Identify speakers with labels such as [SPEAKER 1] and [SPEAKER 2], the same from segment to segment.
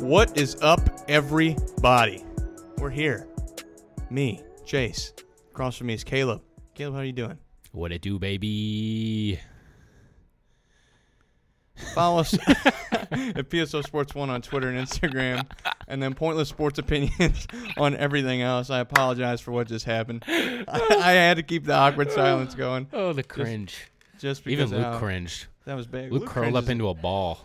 [SPEAKER 1] What is up, everybody? We're here. Me, Chase. Across from me is Caleb. Caleb, how are you doing?
[SPEAKER 2] What it do, baby?
[SPEAKER 1] Follow us at PSO Sports One on Twitter and Instagram, and then Pointless Sports Opinions on everything else. I apologize for what just happened. I, I had to keep the awkward silence going,
[SPEAKER 2] Oh, the cringe.
[SPEAKER 1] just because
[SPEAKER 2] Even Luke
[SPEAKER 1] of how-
[SPEAKER 2] cringed.
[SPEAKER 1] That was big.
[SPEAKER 2] Luke, curled
[SPEAKER 1] cringes-
[SPEAKER 2] up into a ball.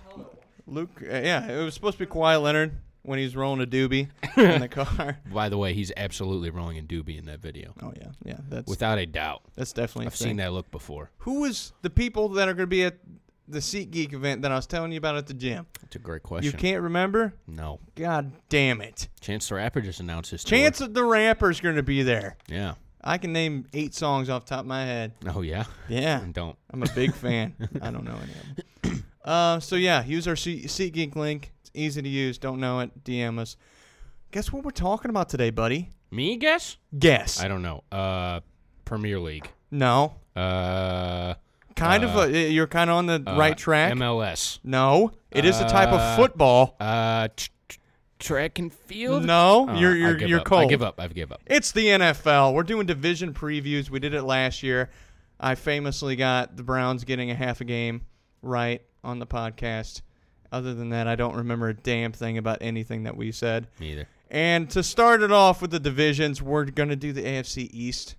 [SPEAKER 1] Luke. uh, yeah, it was supposed to be Kawhi Leonard when he's rolling a doobie in the car.
[SPEAKER 2] By the way, he's absolutely rolling in doobie in that video,
[SPEAKER 1] Oh yeah, yeah. That's
[SPEAKER 2] without a doubt.
[SPEAKER 1] that's definitely. a
[SPEAKER 2] I've seen
[SPEAKER 1] thing.
[SPEAKER 2] that look before.
[SPEAKER 1] Who was the people that are going to be at the Seat Geek event that I was telling you about at the gym?
[SPEAKER 2] That's a great question.
[SPEAKER 1] You can't remember?
[SPEAKER 2] No,
[SPEAKER 1] God damn it.
[SPEAKER 2] Chance the Rapper just announced his tour.
[SPEAKER 1] Chance of the Rapper's going to be there.
[SPEAKER 2] Yeah.
[SPEAKER 1] I can name eight songs off the top of my head.
[SPEAKER 2] Oh yeah.
[SPEAKER 1] Yeah.
[SPEAKER 2] And don't.
[SPEAKER 1] I'm a big fan. I don't know any of them. Uh, so, yeah, use our Se- SeatGeek link. It's easy to use. Don't know it. DM us. Guess what we're talking about today, buddy?
[SPEAKER 2] Me guess?
[SPEAKER 1] Guess.
[SPEAKER 2] I don't know. Uh, Premier League.
[SPEAKER 1] no.
[SPEAKER 2] Uh,
[SPEAKER 1] Kind of. A, you're kind of on the
[SPEAKER 2] uh,
[SPEAKER 1] right track.
[SPEAKER 2] MLS.
[SPEAKER 1] no. It is a type of
[SPEAKER 2] Uh,
[SPEAKER 1] football.
[SPEAKER 2] Uh, tr- tr- track and field.
[SPEAKER 1] No,
[SPEAKER 2] Oh,
[SPEAKER 1] you're
[SPEAKER 2] I
[SPEAKER 1] you're
[SPEAKER 2] give
[SPEAKER 1] you're
[SPEAKER 2] up.
[SPEAKER 1] cold.
[SPEAKER 2] I give up. I give up.
[SPEAKER 1] It's the NFL. We're doing division previews. We did it last year. I famously got the Browns getting a half a game right on the podcast. Other than that, I don't remember a damn thing about anything that we said.
[SPEAKER 2] Me either.
[SPEAKER 1] And to start it off with the divisions, we're going to do the AFC East,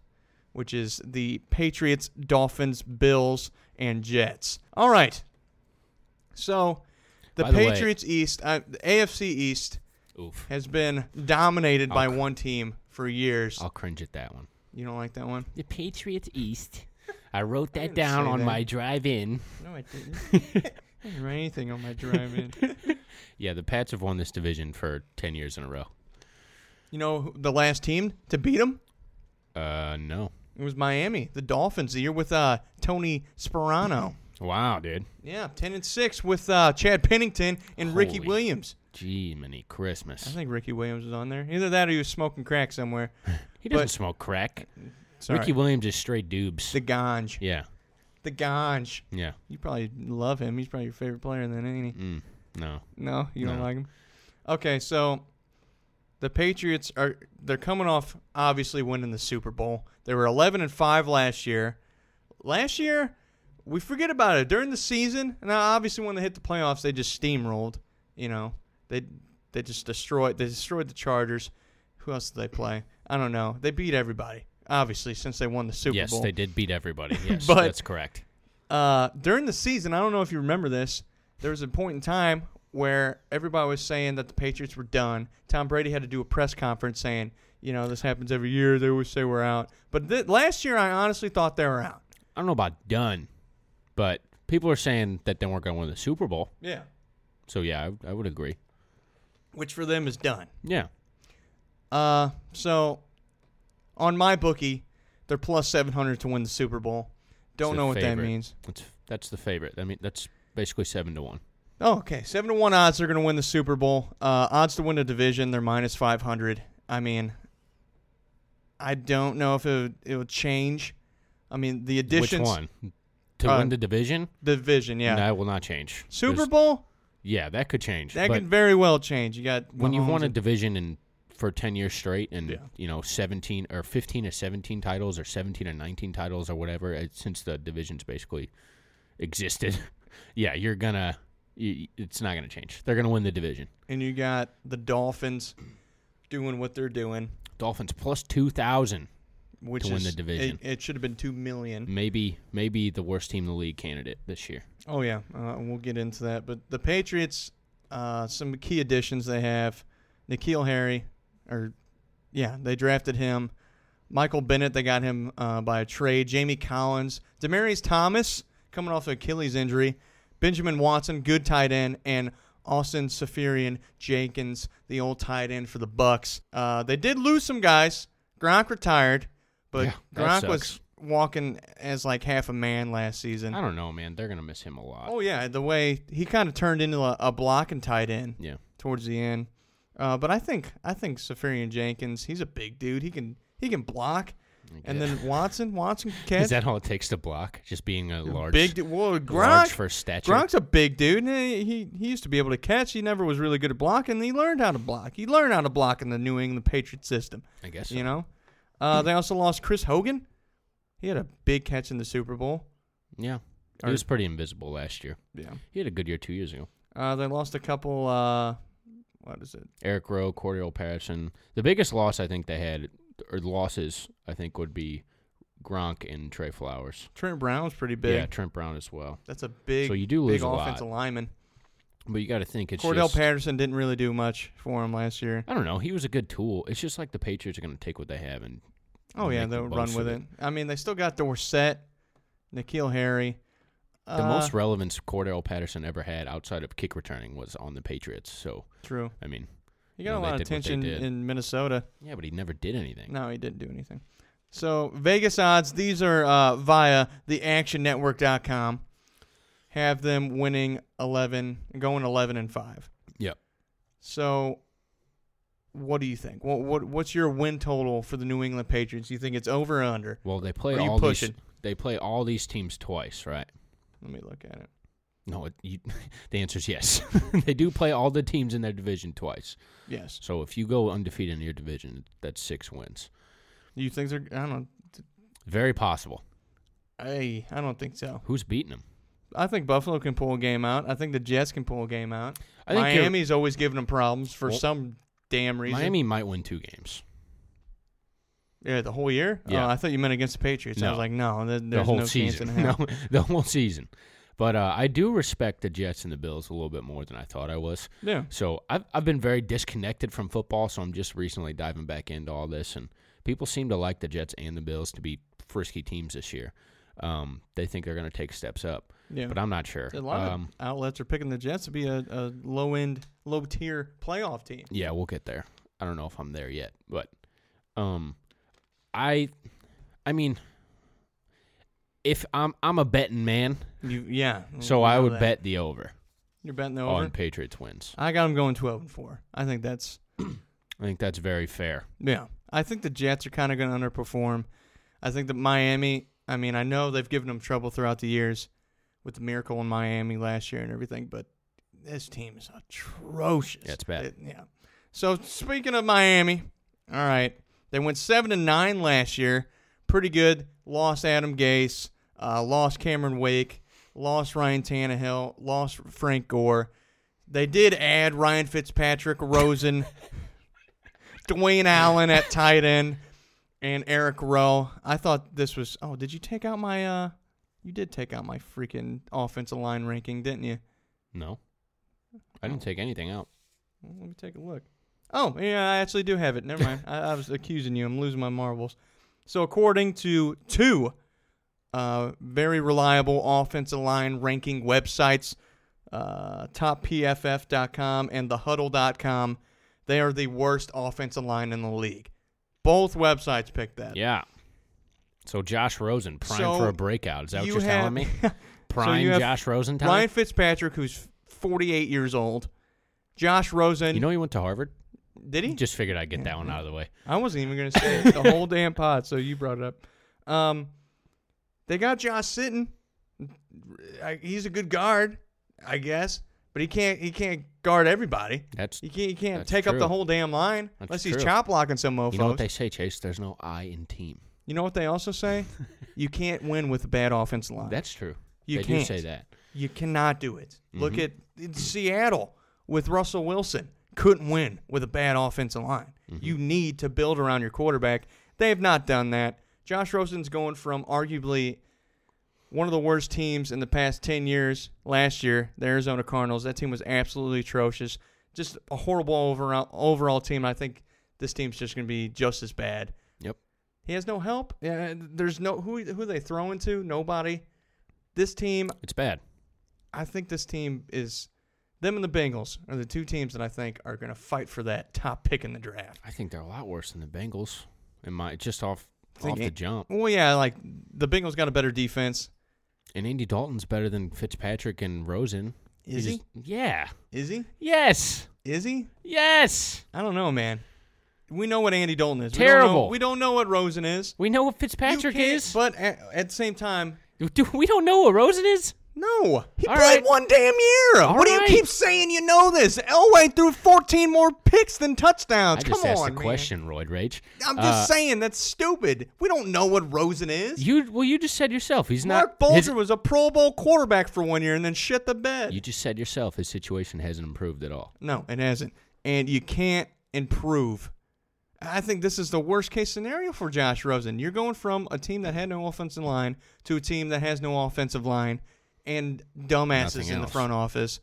[SPEAKER 1] which is the Patriots, Dolphins, Bills, and Jets. All right. So, the
[SPEAKER 2] By the way-
[SPEAKER 1] Patriots East, uh, the AFC East
[SPEAKER 2] Oof.
[SPEAKER 1] has been dominated by one team for years.
[SPEAKER 2] I'll cringe at that one.
[SPEAKER 1] You don't like that one?
[SPEAKER 2] The Patriots East. I wrote that down
[SPEAKER 1] say
[SPEAKER 2] on
[SPEAKER 1] that.
[SPEAKER 2] my drive in.
[SPEAKER 1] No, I didn't. I didn't write anything on my drive-in.
[SPEAKER 2] Yeah, the Pats have won this division for 10 years in a row.
[SPEAKER 1] you know who- the last team to beat them?
[SPEAKER 2] Uh, no.
[SPEAKER 1] It was Miami, the Dolphins, the year with uh, Tony Sperano.
[SPEAKER 2] Wow, dude.
[SPEAKER 1] Yeah, ten and six with uh, Chad Pennington and Ricky
[SPEAKER 2] Holy.
[SPEAKER 1] Williams.
[SPEAKER 2] Gee, many Christmas.
[SPEAKER 1] I think Ricky Williams was on there. Either that or he was smoking crack somewhere.
[SPEAKER 2] he doesn't
[SPEAKER 1] but-
[SPEAKER 2] smoke crack.
[SPEAKER 1] Sorry.
[SPEAKER 2] Ricky Williams is straight dubes.
[SPEAKER 1] the Ganj.
[SPEAKER 2] yeah,
[SPEAKER 1] The Ganj.
[SPEAKER 2] yeah.
[SPEAKER 1] You probably love him. He's probably your favorite player then, ain't he?
[SPEAKER 2] Mm, no.
[SPEAKER 1] No, you don't
[SPEAKER 2] No.
[SPEAKER 1] like him. Okay, so the Patriots are they're coming off obviously winning the Super Bowl. They were 11 and 5 last year. Last year, we forget about it during the season. Now, obviously when they hit the playoffs, they just steamrolled, you know. They they just destroyed they destroyed the Chargers. Who else did they play? I don't know. They beat everybody. Obviously, since they won the Super
[SPEAKER 2] yes,
[SPEAKER 1] Bowl.
[SPEAKER 2] they did beat everybody. Yes,
[SPEAKER 1] But-
[SPEAKER 2] that's correct.
[SPEAKER 1] Uh, during the season, I don't know if you remember this, there was a point in time where everybody was saying that the Patriots were done. Tom Brady had to do a press conference saying, you know, this happens every year. They always say we're out. But th- last year, I honestly thought they were out.
[SPEAKER 2] I don't know about done, but people are saying that they weren't going to win the Super Bowl.
[SPEAKER 1] Yeah.
[SPEAKER 2] So, yeah, I, I would agree.
[SPEAKER 1] Which for them is done.
[SPEAKER 2] Yeah.
[SPEAKER 1] Uh, so on my bookie, they're plus 700 to win the Super Bowl. Don't
[SPEAKER 2] the
[SPEAKER 1] know what that
[SPEAKER 2] favorite.
[SPEAKER 1] means.
[SPEAKER 2] That's that's the favorite. I mean, that's basically seven to one.
[SPEAKER 1] Oh, okay. Seven to one odds they're going to win the Super Bowl. Uh, odds to win the division they're minus five hundred. I mean, I don't know if it would- it will change. I mean, the additions
[SPEAKER 2] Which one? To
[SPEAKER 1] Uh,
[SPEAKER 2] win the division?
[SPEAKER 1] division, yeah.
[SPEAKER 2] That will not change.
[SPEAKER 1] Super
[SPEAKER 2] There's-
[SPEAKER 1] Bowl
[SPEAKER 2] Yeah, that could change.
[SPEAKER 1] that
[SPEAKER 2] but
[SPEAKER 1] could very well change. You got
[SPEAKER 2] when you've
[SPEAKER 1] Mahomes
[SPEAKER 2] won a
[SPEAKER 1] and-
[SPEAKER 2] division in for 10 years straight and
[SPEAKER 1] Yeah.
[SPEAKER 2] you know 17 or 15 or 17 titles or 17 or 19 titles or whatever uh, since the divisions basically existed yeah you're gonna y- y- it's not gonna change they're gonna win the division
[SPEAKER 1] and you got the Dolphins doing what they're doing,
[SPEAKER 2] dolphins plus 2000
[SPEAKER 1] which
[SPEAKER 2] To win
[SPEAKER 1] is
[SPEAKER 2] the division.
[SPEAKER 1] It, it should have been two million.
[SPEAKER 2] maybe maybe the worst team in the league candidate this year
[SPEAKER 1] Oh yeah, uh, we'll get into that. But the Patriots, uh, some key additions they have: Nikhil Harry, or yeah, they drafted him. Michael Bennett, they got him uh, by a trade. Jamie Collins, Demarius Thomas, coming off Achilles injury. Benjamin Watson, good tight end, and Austin Safarian Jenkins, the old tight end for the Bucks. Uh, they did lose some guys. Gronk retired, but
[SPEAKER 2] Yeah, that
[SPEAKER 1] Gronk was
[SPEAKER 2] sucks.
[SPEAKER 1] walking as like half a man last season.
[SPEAKER 2] i don't know man they're gonna miss him a lot
[SPEAKER 1] Oh yeah, the way he kind of turned into a, a block and tight end
[SPEAKER 2] yeah
[SPEAKER 1] towards the end. Uh, but I think I think Safarian Jenkins, he's a big dude. He can he can block. And
[SPEAKER 2] guess.
[SPEAKER 1] then Watson, Watson can catch.
[SPEAKER 2] is that all it takes to block just being a large
[SPEAKER 1] big dude? Well, Gronk,
[SPEAKER 2] large for stature.
[SPEAKER 1] Gronk's a big dude. And he, he he used to be able to catch. He never was really good at blocking. He learned how to block. He learned how to block in the New England Patriots system.
[SPEAKER 2] i guess so.
[SPEAKER 1] You know, uh, they also lost Chris Hogan. He had a big catch in the Super Bowl.
[SPEAKER 2] yeah
[SPEAKER 1] Or-
[SPEAKER 2] he was pretty invisible last year
[SPEAKER 1] Yeah,
[SPEAKER 2] he had a good year two years ago
[SPEAKER 1] uh, they lost a couple. Uh, what is it?
[SPEAKER 2] Eric Rowe, Cordell Patterson. The biggest loss I think they had, or losses I think, would be Gronk and Trey Flowers.
[SPEAKER 1] Trent Brown's pretty big.
[SPEAKER 2] Yeah, Trent Brown as well.
[SPEAKER 1] That's a big,
[SPEAKER 2] So you do
[SPEAKER 1] big
[SPEAKER 2] lose a lot.
[SPEAKER 1] offensive lineman.
[SPEAKER 2] But you got to think it's
[SPEAKER 1] Cordell
[SPEAKER 2] just-
[SPEAKER 1] Patterson didn't really do much for him last year.
[SPEAKER 2] I don't know. He was a good tool. It's just like the Patriots are going to take what they have and.
[SPEAKER 1] Oh yeah,
[SPEAKER 2] make the
[SPEAKER 1] they'll run
[SPEAKER 2] most
[SPEAKER 1] with
[SPEAKER 2] of
[SPEAKER 1] it. I mean, they still got Dorsett, Nikhil Harry.
[SPEAKER 2] The
[SPEAKER 1] Uh,
[SPEAKER 2] most relevance Cordell Patterson ever had outside of kick returning was on the Patriots. So
[SPEAKER 1] true.
[SPEAKER 2] I mean,
[SPEAKER 1] He got
[SPEAKER 2] No,
[SPEAKER 1] a
[SPEAKER 2] they
[SPEAKER 1] lot of
[SPEAKER 2] did what they
[SPEAKER 1] attention
[SPEAKER 2] did.
[SPEAKER 1] in Minnesota.
[SPEAKER 2] yeah, but he never did anything.
[SPEAKER 1] No, he didn't do anything. So Vegas odds. These are uh, via the ActionNetwork.com. Have them winning eleven, going eleven and five.
[SPEAKER 2] Yep.
[SPEAKER 1] So, what do you think? What what what's your win total for the New England Patriots? You think it's over or under?
[SPEAKER 2] Well, they play
[SPEAKER 1] Are you
[SPEAKER 2] all these.
[SPEAKER 1] pushing?
[SPEAKER 2] They play all these teams twice, right?
[SPEAKER 1] Let me look at it.
[SPEAKER 2] No, it, you, the answer is yes. they do play all the teams in their division twice.
[SPEAKER 1] Yes.
[SPEAKER 2] So if you go undefeated in your division, that's six wins.
[SPEAKER 1] You think they're? I don't.
[SPEAKER 2] Very possible.
[SPEAKER 1] I I don't think so.
[SPEAKER 2] Who's beating them?
[SPEAKER 1] I think Buffalo can pull a game out. I think the Jets can pull a game out.
[SPEAKER 2] I think you're-
[SPEAKER 1] Miami's always giving them problems for
[SPEAKER 2] Well,
[SPEAKER 1] some damn reason.
[SPEAKER 2] Miami might win two games.
[SPEAKER 1] Yeah, the whole year.
[SPEAKER 2] Yeah.
[SPEAKER 1] Oh, I thought you meant against the Patriots. I
[SPEAKER 2] No.
[SPEAKER 1] was like, no, there, there's
[SPEAKER 2] the whole
[SPEAKER 1] no
[SPEAKER 2] season.
[SPEAKER 1] chance in hell.
[SPEAKER 2] No, the whole season. But uh, I do respect the Jets and the Bills a little bit more than I thought I was.
[SPEAKER 1] Yeah.
[SPEAKER 2] So I've I've been very disconnected from football, so I'm just recently diving back into all this, and people seem to like the Jets and the Bills to be frisky teams this year. Um, they think they're going to take steps up,
[SPEAKER 1] Yeah.
[SPEAKER 2] but I'm not sure.
[SPEAKER 1] A lot
[SPEAKER 2] Um,
[SPEAKER 1] of outlets are picking the Jets to be a, a low end, low tier playoff team.
[SPEAKER 2] Yeah, we'll get there. I don't know if I'm there yet, but um I I mean if I'm I'm a betting man,
[SPEAKER 1] Mm, You, yeah.
[SPEAKER 2] so
[SPEAKER 1] we
[SPEAKER 2] I
[SPEAKER 1] know
[SPEAKER 2] would
[SPEAKER 1] that.
[SPEAKER 2] bet the over,
[SPEAKER 1] You're betting the
[SPEAKER 2] on
[SPEAKER 1] over.
[SPEAKER 2] Patriots wins.
[SPEAKER 1] I got them going 12 and 4. I think that's
[SPEAKER 2] I think that's very fair.
[SPEAKER 1] Yeah, I think the Jets are kind of going to underperform. I think that Miami. I mean, I know they've given them trouble throughout the years with the miracle in Miami last year and everything, but this team is atrocious.
[SPEAKER 2] Yeah, it's bad.
[SPEAKER 1] It- yeah. So speaking of Miami, all right, they went seven to nine last year. Pretty good. Lost Adam Gase. Uh, lost Cameron Wake. Lost Ryan Tannehill. Lost Frank Gore. They did add Ryan Fitzpatrick, Rosen. Dwayne Allen at tight end and Eric Rowe. I thought this was oh, did you take out my uh you did take out my freaking offensive line ranking, didn't you?
[SPEAKER 2] No. I
[SPEAKER 1] Oh.
[SPEAKER 2] didn't take anything out.
[SPEAKER 1] Well, let me take a look. Oh, yeah, I actually do have it. Never mind. I, I was accusing you. I'm losing my marbles. So according to two uh, very reliable offensive line ranking websites, uh, toppff.com and thehuddle.com, they are the worst offensive line in the league. Both websites picked that.
[SPEAKER 2] Yeah. So Josh Rosen, prime
[SPEAKER 1] So
[SPEAKER 2] for a breakout. Is that what
[SPEAKER 1] you
[SPEAKER 2] you're
[SPEAKER 1] have-
[SPEAKER 2] telling me?
[SPEAKER 1] So
[SPEAKER 2] Prime
[SPEAKER 1] you have
[SPEAKER 2] Josh Rosen time?
[SPEAKER 1] Ryan Fitzpatrick, who's 48 years old. Josh Rosen.
[SPEAKER 2] you know he went to Harvard?
[SPEAKER 1] did he?
[SPEAKER 2] Just figured I'd get that one
[SPEAKER 1] Mm-hmm.
[SPEAKER 2] out of the way.
[SPEAKER 1] I wasn't even going to say it the whole damn pod, so you brought it up. Um, they got Josh Sitton. I, he's a good guard, I guess, but he can't he can't guard everybody.
[SPEAKER 2] That's
[SPEAKER 1] He can't, he can't
[SPEAKER 2] That's
[SPEAKER 1] take up the
[SPEAKER 2] true.
[SPEAKER 1] whole damn line
[SPEAKER 2] That's
[SPEAKER 1] unless he's
[SPEAKER 2] true.
[SPEAKER 1] chop blocking some mofos.
[SPEAKER 2] You know what they say, Chase? There's no I in team.
[SPEAKER 1] You know what they also say? you can't win with a bad offensive line.
[SPEAKER 2] That's true.
[SPEAKER 1] Uh, You
[SPEAKER 2] they
[SPEAKER 1] can't.
[SPEAKER 2] do say that.
[SPEAKER 1] you cannot do it. Look at it's Seattle with Russell Wilson. Couldn't win with a bad offensive line. You need to build around your quarterback. They have not done that. Josh Rosen's going from arguably one of the worst teams in the past 10 years last year, the Arizona Cardinals. That team was absolutely atrocious. Just a horrible overall, overall team. I think this team's just going to be just as bad.
[SPEAKER 2] Yep.
[SPEAKER 1] He has no help. Yeah, there's no who who they throw into. Nobody. This team,
[SPEAKER 2] It's bad.
[SPEAKER 1] I think this team is them and the Bengals are the two teams that I think are going to fight for that top pick in the draft.
[SPEAKER 2] I think they're a lot worse than the Bengals. In my just off
[SPEAKER 1] Think
[SPEAKER 2] off the
[SPEAKER 1] it-
[SPEAKER 2] jump.
[SPEAKER 1] Well, yeah, like the Bengals got a better defense.
[SPEAKER 2] And Andy Dalton's better than Fitzpatrick and Rosen.
[SPEAKER 1] Is he?
[SPEAKER 2] just- yeah.
[SPEAKER 1] Is he?
[SPEAKER 2] Yes.
[SPEAKER 1] Is he?
[SPEAKER 2] Yes.
[SPEAKER 1] I don't know, man. We know what Andy Dalton is.
[SPEAKER 2] Terrible.
[SPEAKER 1] We don't know, we don't know what Rosen is.
[SPEAKER 2] We know what
[SPEAKER 1] You
[SPEAKER 2] Fitzpatrick
[SPEAKER 1] can't-
[SPEAKER 2] is.
[SPEAKER 1] But at, at the same time,
[SPEAKER 2] Dude, we don't know what Rosen is.
[SPEAKER 1] no. He
[SPEAKER 2] All
[SPEAKER 1] played
[SPEAKER 2] right.
[SPEAKER 1] one damn year.
[SPEAKER 2] All
[SPEAKER 1] what do you
[SPEAKER 2] right.
[SPEAKER 1] keep saying you know this? Elway threw 14 more picks than
[SPEAKER 2] I
[SPEAKER 1] touchdowns.
[SPEAKER 2] just
[SPEAKER 1] Come
[SPEAKER 2] asked
[SPEAKER 1] on,
[SPEAKER 2] a
[SPEAKER 1] man.
[SPEAKER 2] question, Royd Rage.
[SPEAKER 1] I'm
[SPEAKER 2] Uh,
[SPEAKER 1] just saying that's stupid. We don't know what Rosen is.
[SPEAKER 2] You well, you just said yourself he's
[SPEAKER 1] Mark
[SPEAKER 2] not.
[SPEAKER 1] Bolger
[SPEAKER 2] his-
[SPEAKER 1] was a Pro Bowl quarterback for one year and then shit the bed.
[SPEAKER 2] you just said yourself his situation hasn't improved at all.
[SPEAKER 1] no, it hasn't. And you can't improve. I think this is the worst case scenario for Josh Rosen. You're going from a team that had no offensive line to a team that has no offensive line and dumbasses
[SPEAKER 2] Nothing
[SPEAKER 1] in the
[SPEAKER 2] else.
[SPEAKER 1] front office.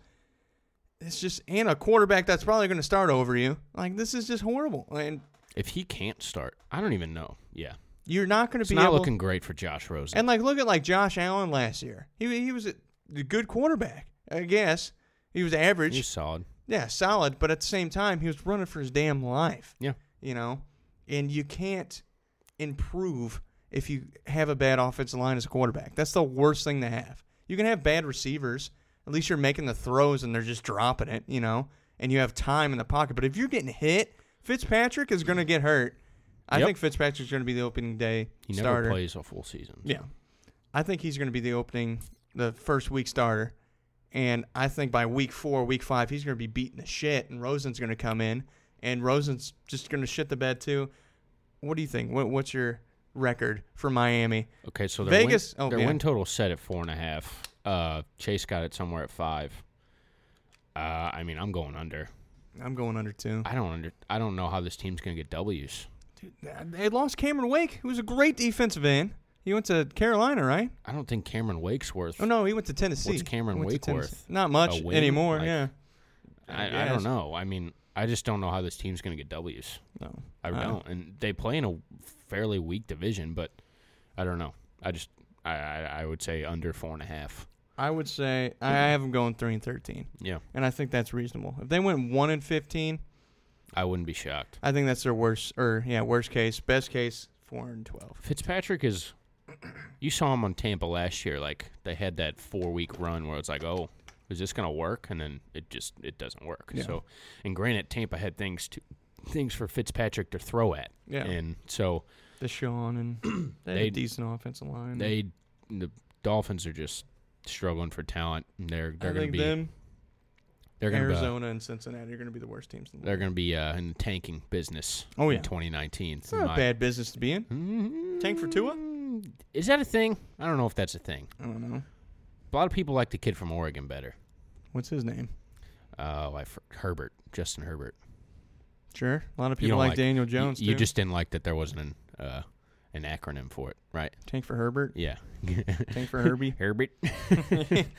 [SPEAKER 1] It's just and a quarterback that's probably going to start over you. Like this is just horrible. And
[SPEAKER 2] If he can't start, I don't even know. Yeah,
[SPEAKER 1] you're not going to
[SPEAKER 2] it's
[SPEAKER 1] be
[SPEAKER 2] not
[SPEAKER 1] able
[SPEAKER 2] looking great for Josh Rosen.
[SPEAKER 1] And like, look at like Josh Allen last year. He he was a a good quarterback, I guess. He was average.
[SPEAKER 2] he's solid.
[SPEAKER 1] yeah, solid. But at the same time, he was running for his damn life.
[SPEAKER 2] Yeah,
[SPEAKER 1] You know, and you can't improve if you have a bad offensive line as a quarterback. That's the worst thing to have. You can have bad receivers. At least you're making the throws and they're just dropping it. You know, and you have time in the pocket. But if you're getting hit, Fitzpatrick is going to get hurt. I
[SPEAKER 2] Yep.
[SPEAKER 1] think Fitzpatrick's going to be the opening day
[SPEAKER 2] he never
[SPEAKER 1] starter.
[SPEAKER 2] plays a full season. so-
[SPEAKER 1] Yeah. I think he's going to be the opening, the first week starter. And I think by week four, week five, he's going to be beating the shit. And Rosen's going to come in. And Rosen's just going to shit the bed, too. What do you think? What, what's your record for Miami?
[SPEAKER 2] Okay, so their
[SPEAKER 1] Vegas-
[SPEAKER 2] Win,
[SPEAKER 1] oh,
[SPEAKER 2] their
[SPEAKER 1] yeah.
[SPEAKER 2] win total set at four and a half. Uh, Chase got it somewhere at five. Uh, I mean, I'm going under.
[SPEAKER 1] I'm going under two.
[SPEAKER 2] I don't under. I don't know how this team's gonna get W's.
[SPEAKER 1] They lost Cameron Wake, who was a great defensive end. He went to Carolina, right?
[SPEAKER 2] I don't think Cameron Wake's worth.
[SPEAKER 1] Oh, no, he went to Tennessee.
[SPEAKER 2] What's Cameron
[SPEAKER 1] He went to
[SPEAKER 2] Wake worth?
[SPEAKER 1] Tennessee. Not much
[SPEAKER 2] A wing?
[SPEAKER 1] anymore,
[SPEAKER 2] Like-
[SPEAKER 1] yeah.
[SPEAKER 2] I, I
[SPEAKER 1] Yes.
[SPEAKER 2] don't know. I mean, I just don't know how this team's gonna get W's.
[SPEAKER 1] No.
[SPEAKER 2] I don't. And they play in a fairly weak division, but I don't know. I just I I, I would say under four and a half.
[SPEAKER 1] I would say I I have him going 3 and 13.
[SPEAKER 2] Yeah,
[SPEAKER 1] and I think that's reasonable. If they went one and fifteen,
[SPEAKER 2] I wouldn't be shocked.
[SPEAKER 1] I think that's their worst or yeah worst case. Best case four and twelve.
[SPEAKER 2] Fitzpatrick is. You saw him on Tampa last year. Like they had that four week run where it's like, oh, is this gonna work? And then it just it doesn't work.
[SPEAKER 1] Yeah.
[SPEAKER 2] So, and granted, Tampa had things to things for Fitzpatrick to throw at.
[SPEAKER 1] Yeah.
[SPEAKER 2] And so
[SPEAKER 1] Deshaun and they, had a
[SPEAKER 2] They-
[SPEAKER 1] decent offensive line.
[SPEAKER 2] they the Dolphins are just struggling for talent. and They're
[SPEAKER 1] I
[SPEAKER 2] they're gonna
[SPEAKER 1] think
[SPEAKER 2] be
[SPEAKER 1] them
[SPEAKER 2] they're gonna be-
[SPEAKER 1] Arizona and Cincinnati are going to be the worst teams in the
[SPEAKER 2] they're
[SPEAKER 1] league.
[SPEAKER 2] going to be uh, in the tanking business.
[SPEAKER 1] Oh, yeah.
[SPEAKER 2] in 2019.
[SPEAKER 1] It's not a bad business to be in. Tank for Tua?
[SPEAKER 2] Is that a thing? I don't know if that's a thing.
[SPEAKER 1] I don't know
[SPEAKER 2] A lot of people like the kid from Oregon better.
[SPEAKER 1] what's his name.
[SPEAKER 2] Oh, I fr- Herbert, Justin Herbert.
[SPEAKER 1] Sure, a lot of
[SPEAKER 2] You
[SPEAKER 1] people
[SPEAKER 2] don't
[SPEAKER 1] like,
[SPEAKER 2] like-
[SPEAKER 1] Daniel
[SPEAKER 2] you-
[SPEAKER 1] Jones.
[SPEAKER 2] You,
[SPEAKER 1] too.
[SPEAKER 2] just didn't like that there wasn't an uh, an acronym for it, right?
[SPEAKER 1] tank for Herbert.
[SPEAKER 2] Yeah.
[SPEAKER 1] Tank for Herbie.
[SPEAKER 2] Herbert.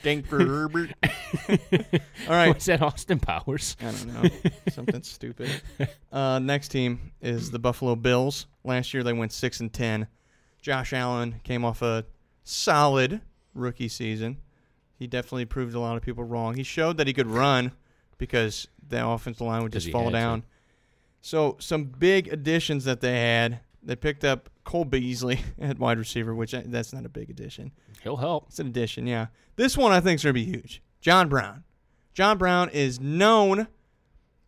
[SPEAKER 1] tank for Herbert. All right,
[SPEAKER 2] Was that Austin Powers?
[SPEAKER 1] I don't know. Something stupid. Uh, next team is the Buffalo Bills. Last year they went six and ten. Josh Allen came off a solid rookie season. He definitely proved a lot of people wrong. He showed that he could run because the offensive line would
[SPEAKER 2] Because
[SPEAKER 1] just
[SPEAKER 2] he
[SPEAKER 1] fall
[SPEAKER 2] had to.
[SPEAKER 1] down. So some big additions that they had. They picked up Cole Beasley at wide receiver, which I, that's not a big addition.
[SPEAKER 2] He'll help.
[SPEAKER 1] It's an addition, yeah. This one I think is going to be huge. John Brown. John Brown is known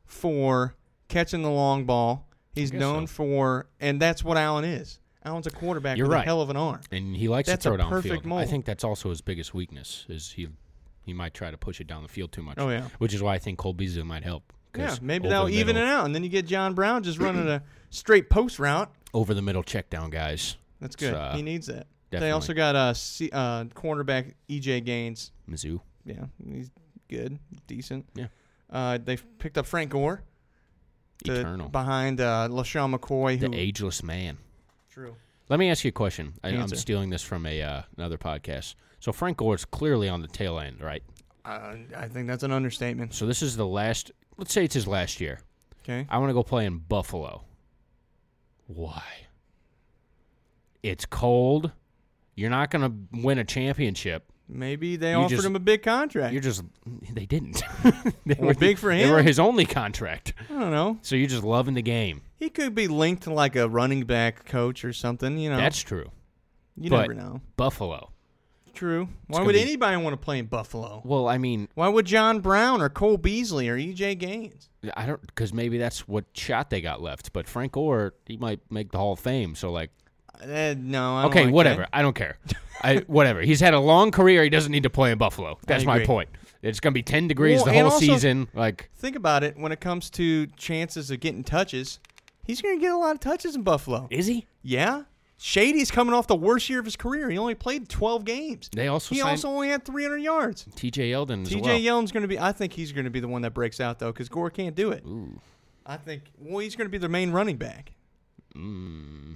[SPEAKER 1] for catching the long ball. He's
[SPEAKER 2] guess
[SPEAKER 1] known
[SPEAKER 2] so.
[SPEAKER 1] for, and that's what Allen is. Allen's a quarterback
[SPEAKER 2] You're
[SPEAKER 1] with
[SPEAKER 2] right.
[SPEAKER 1] a hell of an arm.
[SPEAKER 2] And he likes
[SPEAKER 1] That's
[SPEAKER 2] to
[SPEAKER 1] a
[SPEAKER 2] throw downfield.
[SPEAKER 1] perfect
[SPEAKER 2] I
[SPEAKER 1] mold.
[SPEAKER 2] think that's also his biggest weakness is he he might try to push it down the field too much.
[SPEAKER 1] Oh, yeah.
[SPEAKER 2] Which is why I think Cole Beasley might help.
[SPEAKER 1] Yeah,
[SPEAKER 2] 'cause
[SPEAKER 1] maybe
[SPEAKER 2] over
[SPEAKER 1] they'll
[SPEAKER 2] the
[SPEAKER 1] even it
[SPEAKER 2] middle,
[SPEAKER 1] out, and then you get John Brown just running a straight post route.
[SPEAKER 2] over the middle check down guys.
[SPEAKER 1] That's
[SPEAKER 2] It's,
[SPEAKER 1] good.
[SPEAKER 2] uh,
[SPEAKER 1] he needs that.
[SPEAKER 2] definitely.
[SPEAKER 1] They also got uh, C, uh cornerback EJ Gaines.
[SPEAKER 2] Mizzou.
[SPEAKER 1] Yeah, he's good, decent.
[SPEAKER 2] Yeah.
[SPEAKER 1] Uh, they picked up Frank Gore to-
[SPEAKER 2] Eternal.
[SPEAKER 1] behind uh, LaShawn McCoy. Who,
[SPEAKER 2] the ageless man.
[SPEAKER 1] True.
[SPEAKER 2] Let me ask you a question. I, I'm
[SPEAKER 1] Answer.
[SPEAKER 2] stealing this from a uh, another podcast. So Frank Gore's clearly on the tail end, right?
[SPEAKER 1] Uh, I think that's an understatement.
[SPEAKER 2] So this is the last. Let's say it's his last year.
[SPEAKER 1] Okay.
[SPEAKER 2] I want to go play in Buffalo. Why? It's cold. You're not going to win a championship.
[SPEAKER 1] Maybe they
[SPEAKER 2] You
[SPEAKER 1] offered
[SPEAKER 2] just-
[SPEAKER 1] him a big contract.
[SPEAKER 2] You're just they didn't. they
[SPEAKER 1] Well, big for
[SPEAKER 2] They were
[SPEAKER 1] him.
[SPEAKER 2] his only contract.
[SPEAKER 1] I don't know.
[SPEAKER 2] So you're just loving the game.
[SPEAKER 1] He could be linked to like a running back coach or something. You know,
[SPEAKER 2] That's true.
[SPEAKER 1] you
[SPEAKER 2] but-
[SPEAKER 1] never know.
[SPEAKER 2] Buffalo.
[SPEAKER 1] True. Why
[SPEAKER 2] gonna
[SPEAKER 1] would
[SPEAKER 2] be-
[SPEAKER 1] anybody want to play in Buffalo?
[SPEAKER 2] Well, I mean,
[SPEAKER 1] Why would John Brown or Cole Beasley or EJ Gaines?
[SPEAKER 2] I don't because maybe that's what shot they got left. But Frank Orr, he might make the Hall of Fame. So like,
[SPEAKER 1] Eh, no. I don't
[SPEAKER 2] okay,
[SPEAKER 1] like
[SPEAKER 2] whatever.
[SPEAKER 1] that.
[SPEAKER 2] I don't care. I whatever. He's had a long career. He doesn't need to play in Buffalo. That's my
[SPEAKER 1] agree.
[SPEAKER 2] point. It's gonna be ten degrees
[SPEAKER 1] Well,
[SPEAKER 2] the
[SPEAKER 1] and
[SPEAKER 2] whole
[SPEAKER 1] also-
[SPEAKER 2] season. Like,
[SPEAKER 1] Think about it. When it comes to chances of getting touches, he's going to get a lot of touches in Buffalo.
[SPEAKER 2] is he?
[SPEAKER 1] Yeah. Shady's coming off the worst year of his career. He only played 12 games.
[SPEAKER 2] They also
[SPEAKER 1] he
[SPEAKER 2] signed-
[SPEAKER 1] also only had 300 yards.
[SPEAKER 2] T.J. Yeldon as
[SPEAKER 1] TJ
[SPEAKER 2] well.
[SPEAKER 1] Yeldon's going to be. I think he's going to be the one that breaks out though, because Gore can't do it. I think. Well, he's going to be their main running back.
[SPEAKER 2] Mm.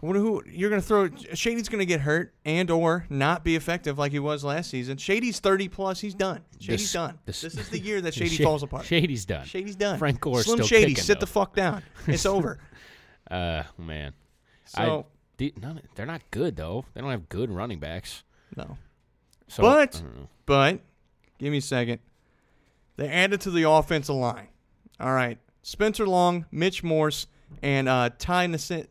[SPEAKER 1] What, who you're going to throw? Shady's going to get hurt and or not be effective like he was last season. Shady's 30 plus. He's done. Shady's
[SPEAKER 2] This-
[SPEAKER 1] done.
[SPEAKER 2] this-
[SPEAKER 1] This, is the year that Shady
[SPEAKER 2] Sha-
[SPEAKER 1] falls apart.
[SPEAKER 2] Shady's done.
[SPEAKER 1] Shady's done.
[SPEAKER 2] Frank Gore's
[SPEAKER 1] Slim
[SPEAKER 2] still
[SPEAKER 1] Shady,
[SPEAKER 2] kicking,
[SPEAKER 1] sit
[SPEAKER 2] though.
[SPEAKER 1] the fuck down. It's over.
[SPEAKER 2] Uh, man.
[SPEAKER 1] So
[SPEAKER 2] I, the- none, of- they're not good though. They don't have good running backs.
[SPEAKER 1] no.
[SPEAKER 2] So
[SPEAKER 1] But-
[SPEAKER 2] I don't know.
[SPEAKER 1] But give me a second. They added to the offensive line. All right. Spencer Long, Mitch Morse, and uh, Ty Nasi-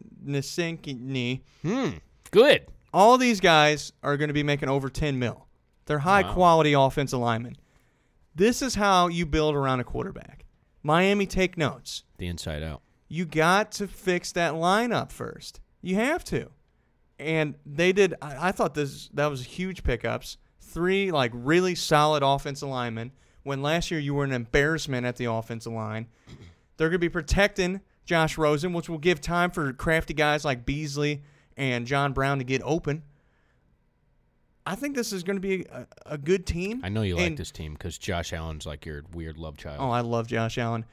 [SPEAKER 1] Nasinkini.
[SPEAKER 2] hmm, good.
[SPEAKER 1] All these guys are going to be making over 10 mil. They're high quality offensive linemen. This is how you build around a quarterback. Miami, take notes.
[SPEAKER 2] The inside out.
[SPEAKER 1] You got to fix that lineup first. You have to. And they did. I, I thought this that was huge pickups. Three like really solid offensive linemen. When last year you were an embarrassment at the offensive line, they're going to be protecting Josh Rosen, which will give time for crafty guys like Beasley and John Brown to get open. I think this is going to be a, a good team.
[SPEAKER 2] I know you like
[SPEAKER 1] And-
[SPEAKER 2] this team because Josh Allen's like your weird love child.
[SPEAKER 1] Oh, I love Josh Allen.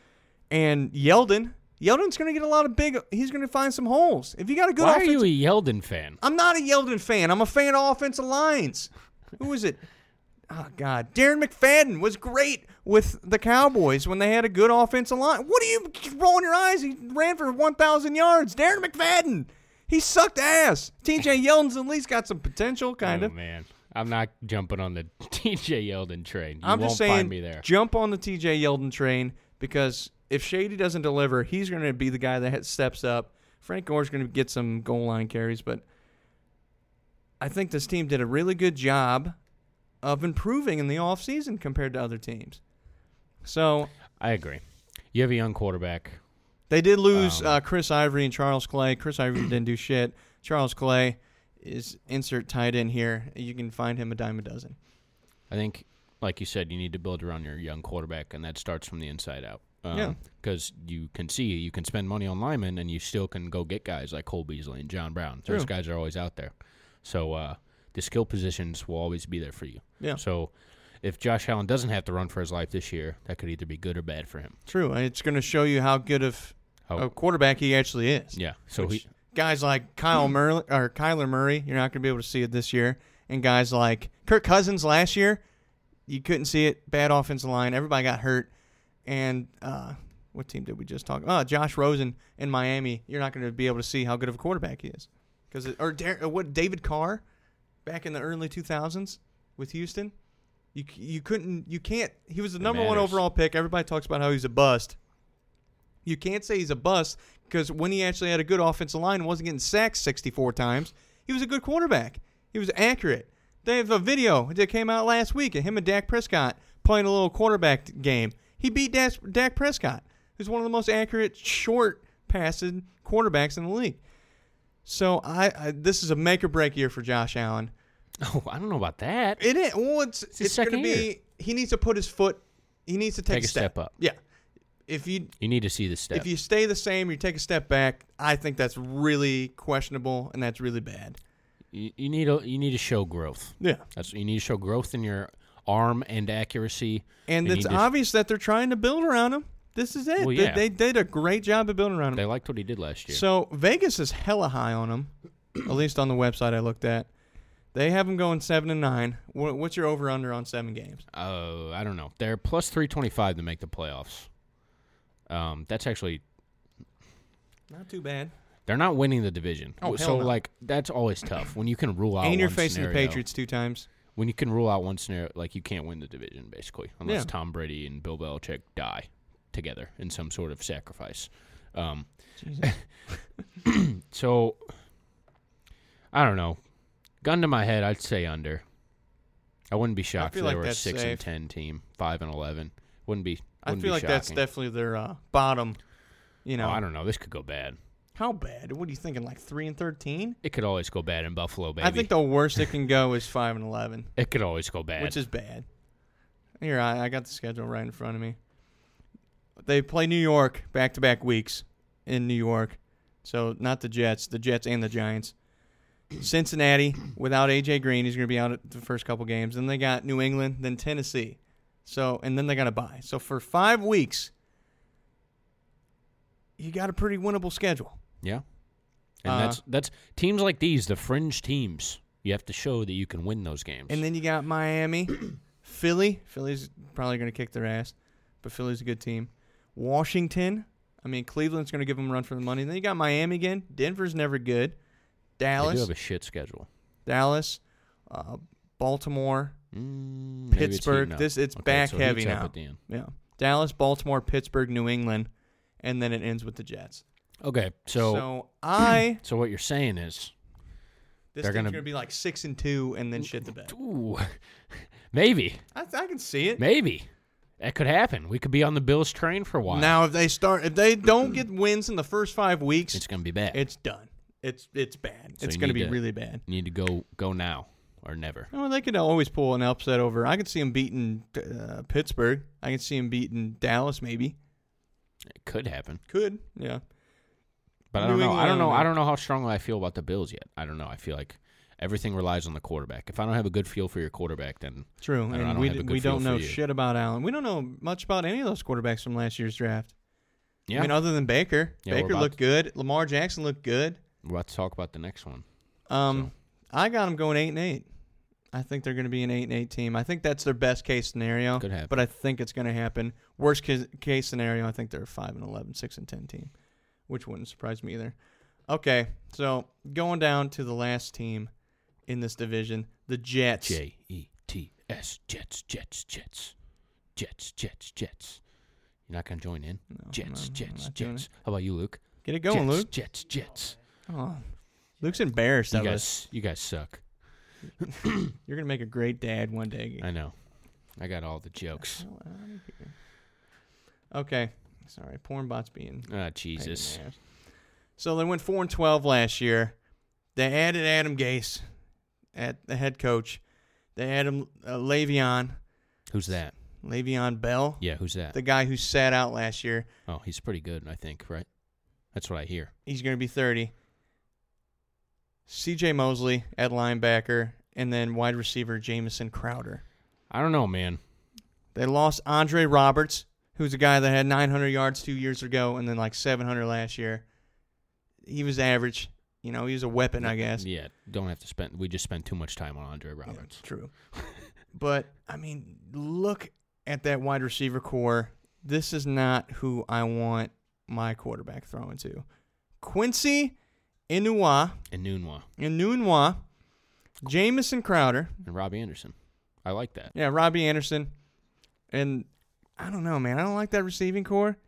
[SPEAKER 1] And Yeldon. Yeldon's going to get a lot of big. He's going to find some holes. If you got a good
[SPEAKER 2] Why
[SPEAKER 1] offense,
[SPEAKER 2] are you a Yeldon fan?
[SPEAKER 1] I'm not a Yeldon fan. I'm a fan of offensive lines. Who is it? Oh God, Darren McFadden was great with the Cowboys when they had a good offensive line. What are you rolling your eyes? He ran for 1,000 yards. Darren McFadden. He sucked ass. T.J. Yeldon's at least got some potential, kind
[SPEAKER 2] oh,
[SPEAKER 1] of.
[SPEAKER 2] man, I'm not jumping on the T.J. Yeldon train. You
[SPEAKER 1] I'm
[SPEAKER 2] won't
[SPEAKER 1] just saying,
[SPEAKER 2] find me there.
[SPEAKER 1] jump on the TJ Yeldon train because if Shady doesn't deliver, he's going to be the guy that steps up. Frank Gore's going to get some goal line carries, but I think this team did a really good job of improving in the offseason compared to other teams. So
[SPEAKER 2] I agree. You have a young quarterback.
[SPEAKER 1] they did
[SPEAKER 2] Um,
[SPEAKER 1] lose uh, Chris Ivory and Charles Clay. Chris Ivory didn't do shit. Charles Clay is insert tight end here. You can find him a dime a dozen.
[SPEAKER 2] I think, like you said, you need to build around your young quarterback, and that starts from the inside out. Um,
[SPEAKER 1] Yeah.
[SPEAKER 2] Because you can see, you can spend money on linemen, and you still can go get guys like Cole Beasley and John Brown. Those
[SPEAKER 1] True.
[SPEAKER 2] guys are always out there. So uh, the skill positions will always be there for you.
[SPEAKER 1] Yeah.
[SPEAKER 2] So if Josh Allen doesn't have to run for his life this year, that could either be good or bad for him.
[SPEAKER 1] True, and it's going to show you how good of
[SPEAKER 2] How-
[SPEAKER 1] a quarterback he actually is.
[SPEAKER 2] Oh. Yeah. So
[SPEAKER 1] Oh. Which
[SPEAKER 2] he. Hmm.
[SPEAKER 1] guys like Kyle Murray or Kyler Murray, you're not going to be able to see it this year, and guys like Kirk Cousins last year, you couldn't see it. Bad offensive line, everybody got hurt, and uh, what team did we just talk? Oh, Josh Rosen in Miami, you're not going to be able to see how good of a quarterback he is, because or Dar- or what David Carr, back in the early 2000s with Houston. You, c- you couldn't you can't he was the number one
[SPEAKER 2] matters.
[SPEAKER 1] overall pick everybody talks about how he's a bust You can't say he's a bust because when he actually had a good offensive line, wasn't getting sacked 64 times. He was a good quarterback. He was accurate. They have a video that came out last week of him and Dak Prescott playing a little quarterback game. He beat Dak, Dak Prescott, who's one of the most accurate short passing quarterbacks in the league. So I, I this is a make or break year for Josh Allen.
[SPEAKER 2] Oh, I don't know about that.
[SPEAKER 1] It is. Well, it's it's,
[SPEAKER 2] his
[SPEAKER 1] going to
[SPEAKER 2] second year.
[SPEAKER 1] be. He needs to put his foot. He needs to take,
[SPEAKER 2] Take a step up.
[SPEAKER 1] Yeah. If you
[SPEAKER 2] You need to see the step.
[SPEAKER 1] if you stay the same, you take a step back. I think that's really questionable and that's really bad.
[SPEAKER 2] you, you need to you need to show growth.
[SPEAKER 1] Yeah.
[SPEAKER 2] That's you need to show growth in your arm and accuracy.
[SPEAKER 1] And
[SPEAKER 2] you
[SPEAKER 1] it's
[SPEAKER 2] need to-
[SPEAKER 1] obvious that they're trying to build around him. This is it. They-
[SPEAKER 2] Well, yeah.
[SPEAKER 1] they, did a great job of building around
[SPEAKER 2] They
[SPEAKER 1] him.
[SPEAKER 2] liked what he did last year.
[SPEAKER 1] So Vegas is hella high on him, at least on the website I looked at. They have him going seven and nine. Wha- What's your over under on seven games?
[SPEAKER 2] uh, I don't know. They're plus three twenty five to make the playoffs. Um, that's actually
[SPEAKER 1] Not too bad.
[SPEAKER 2] they're not winning the division.
[SPEAKER 1] Oh, hell
[SPEAKER 2] so
[SPEAKER 1] no.
[SPEAKER 2] like that's always tough when you can rule out.
[SPEAKER 1] and you're
[SPEAKER 2] one
[SPEAKER 1] facing the
[SPEAKER 2] scenario-
[SPEAKER 1] Patriots two times.
[SPEAKER 2] When you can rule out one scenario, like you can't win the division basically, unless
[SPEAKER 1] Yeah.
[SPEAKER 2] Tom Brady and Bill Belichick die together in some sort of sacrifice. Um, so I don't know. Gun to my head, I'd say under. I wouldn't be shocked
[SPEAKER 1] feel
[SPEAKER 2] if they
[SPEAKER 1] like
[SPEAKER 2] were a
[SPEAKER 1] that's
[SPEAKER 2] six
[SPEAKER 1] safe.
[SPEAKER 2] and ten team, five and eleven. Wouldn't be.
[SPEAKER 1] I
[SPEAKER 2] wouldn't
[SPEAKER 1] feel
[SPEAKER 2] be
[SPEAKER 1] like that's
[SPEAKER 2] shocking.
[SPEAKER 1] definitely their uh, bottom. You know,
[SPEAKER 2] Oh, I don't know. This could go bad.
[SPEAKER 1] how bad? What are you thinking? Like three and thirteen?
[SPEAKER 2] It could always go bad in Buffalo, baby.
[SPEAKER 1] I think the worst it can go is five and eleven,
[SPEAKER 2] it could always go bad.
[SPEAKER 1] which is bad. Here, I, I got the schedule right in front of me. They play New York back to back weeks in New York, so not the Jets, the Jets and the Giants. Cincinnati without AJ Green, he's going to be out at the first couple games. Then they got New England, then Tennessee, so and then they got a bye. So for five weeks, you got a pretty winnable schedule.
[SPEAKER 2] yeah. And
[SPEAKER 1] Uh,
[SPEAKER 2] that's that's teams like these, the fringe teams. You have to show that you can win those games.
[SPEAKER 1] And then you got Miami, Philly. Philly's probably going to kick their ass, but Philly's a good team. Washington. I mean, Cleveland's going to give them a run for the money. Then you got Miami again. Denver's never good.
[SPEAKER 2] they do
[SPEAKER 1] Dallas.
[SPEAKER 2] have a shit schedule.
[SPEAKER 1] Dallas. Uh, Baltimore.
[SPEAKER 2] Mm, maybe it's
[SPEAKER 1] Pittsburgh.
[SPEAKER 2] heating up.
[SPEAKER 1] this it's
[SPEAKER 2] Okay,
[SPEAKER 1] back
[SPEAKER 2] so it
[SPEAKER 1] heavy
[SPEAKER 2] heats up
[SPEAKER 1] now.
[SPEAKER 2] at the end.
[SPEAKER 1] Yeah. Dallas, Baltimore, Pittsburgh, New England, and then it ends with the Jets.
[SPEAKER 2] Okay, so so,
[SPEAKER 1] I
[SPEAKER 2] what you're saying is,
[SPEAKER 1] this
[SPEAKER 2] They're
[SPEAKER 1] team's
[SPEAKER 2] gonna-
[SPEAKER 1] going to be like six and two, and then shit the bed.
[SPEAKER 2] ooh, maybe,
[SPEAKER 1] I, I can see it.
[SPEAKER 2] maybe that could happen. We could be on the Bills train for a while.
[SPEAKER 1] Now, if they start, if they don't get wins in the first five weeks,
[SPEAKER 2] it's gonna be bad.
[SPEAKER 1] It's done. It's it's bad.
[SPEAKER 2] So
[SPEAKER 1] it's
[SPEAKER 2] you
[SPEAKER 1] going to
[SPEAKER 2] need
[SPEAKER 1] be
[SPEAKER 2] to-
[SPEAKER 1] really bad.
[SPEAKER 2] you need to go go now or never.
[SPEAKER 1] Oh, they could always pull an upset over. I could see them beating uh, Pittsburgh. I could see them beating Dallas. Maybe
[SPEAKER 2] It could happen.
[SPEAKER 1] could. Yeah.
[SPEAKER 2] But I
[SPEAKER 1] New
[SPEAKER 2] don't know. I
[SPEAKER 1] England,
[SPEAKER 2] don't know.
[SPEAKER 1] uh,
[SPEAKER 2] I don't know how strongly I feel about the Bills yet. I don't know. I feel like everything relies on the quarterback. If I don't have a good feel for your quarterback, then
[SPEAKER 1] True.
[SPEAKER 2] I don't,
[SPEAKER 1] and
[SPEAKER 2] I don't
[SPEAKER 1] we
[SPEAKER 2] have a
[SPEAKER 1] d-
[SPEAKER 2] good
[SPEAKER 1] we
[SPEAKER 2] feel
[SPEAKER 1] don't
[SPEAKER 2] for
[SPEAKER 1] know
[SPEAKER 2] you.
[SPEAKER 1] shit about Allen. We don't know much about any of those quarterbacks from last year's draft.
[SPEAKER 2] Yeah,
[SPEAKER 1] I mean, other than Baker.
[SPEAKER 2] Yeah, we're
[SPEAKER 1] Baker
[SPEAKER 2] about
[SPEAKER 1] looked
[SPEAKER 2] to-
[SPEAKER 1] good. Lamar Jackson looked good.
[SPEAKER 2] we're about to talk about the next one.
[SPEAKER 1] Um, I got them going eight and eight. I think they're going to be an eight and eight team. I think that's their best case scenario.
[SPEAKER 2] Could happen.
[SPEAKER 1] But I think it's going to happen. Worst case, case scenario, I think they're a five and 11, 6 and ten team, which wouldn't surprise me either. Okay, so going down to the last team in this division, the Jets.
[SPEAKER 2] J E T S Jets Jets Jets Jets Jets Jets. You're not gonna join in.
[SPEAKER 1] No,
[SPEAKER 2] Jets
[SPEAKER 1] no, I'm
[SPEAKER 2] Jets
[SPEAKER 1] not doing
[SPEAKER 2] Jets.
[SPEAKER 1] it.
[SPEAKER 2] How about you, Luke?
[SPEAKER 1] Get it going,
[SPEAKER 2] Jets,
[SPEAKER 1] Luke.
[SPEAKER 2] Jets Jets.
[SPEAKER 1] Oh, Luke's embarrassed
[SPEAKER 2] You
[SPEAKER 1] of us.
[SPEAKER 2] guys, you guys suck.
[SPEAKER 1] You're going to make a great dad one day.
[SPEAKER 2] I know. I got all the jokes.
[SPEAKER 1] Okay, sorry. Porn bots being
[SPEAKER 2] Ah,
[SPEAKER 1] Pain in the
[SPEAKER 2] Jesus.
[SPEAKER 1] ass. So they went four and twelve last year. They added Adam Gase at the head coach. They added uh, Le'Veon,
[SPEAKER 2] Who's that?
[SPEAKER 1] Le'Veon Bell,
[SPEAKER 2] Yeah, who's that?
[SPEAKER 1] the guy who sat out last year.
[SPEAKER 2] Oh, he's pretty good, I think. Right? That's what I hear.
[SPEAKER 1] He's going to be thirty. C.J. Mosley at linebacker, and then wide receiver Jamison Crowder.
[SPEAKER 2] I don't know, man.
[SPEAKER 1] They lost Andre Roberts, who's a guy that had 900 yards two years ago, and then like 700 last year. He was average. You know, he was a weapon, I guess.
[SPEAKER 2] Yeah, don't have to spend. We just spend too much time on Andre
[SPEAKER 1] Yeah,
[SPEAKER 2] Roberts.
[SPEAKER 1] true. but I mean, look at that wide receiver core. This is not who I want my quarterback throwing to. Quincy Inua
[SPEAKER 2] And Nunwa
[SPEAKER 1] Inunwa, Jamison Crowder,
[SPEAKER 2] and Robbie Anderson. I like that.
[SPEAKER 1] yeah, Robbie Anderson, and I don't know, man. I don't like that receiving core.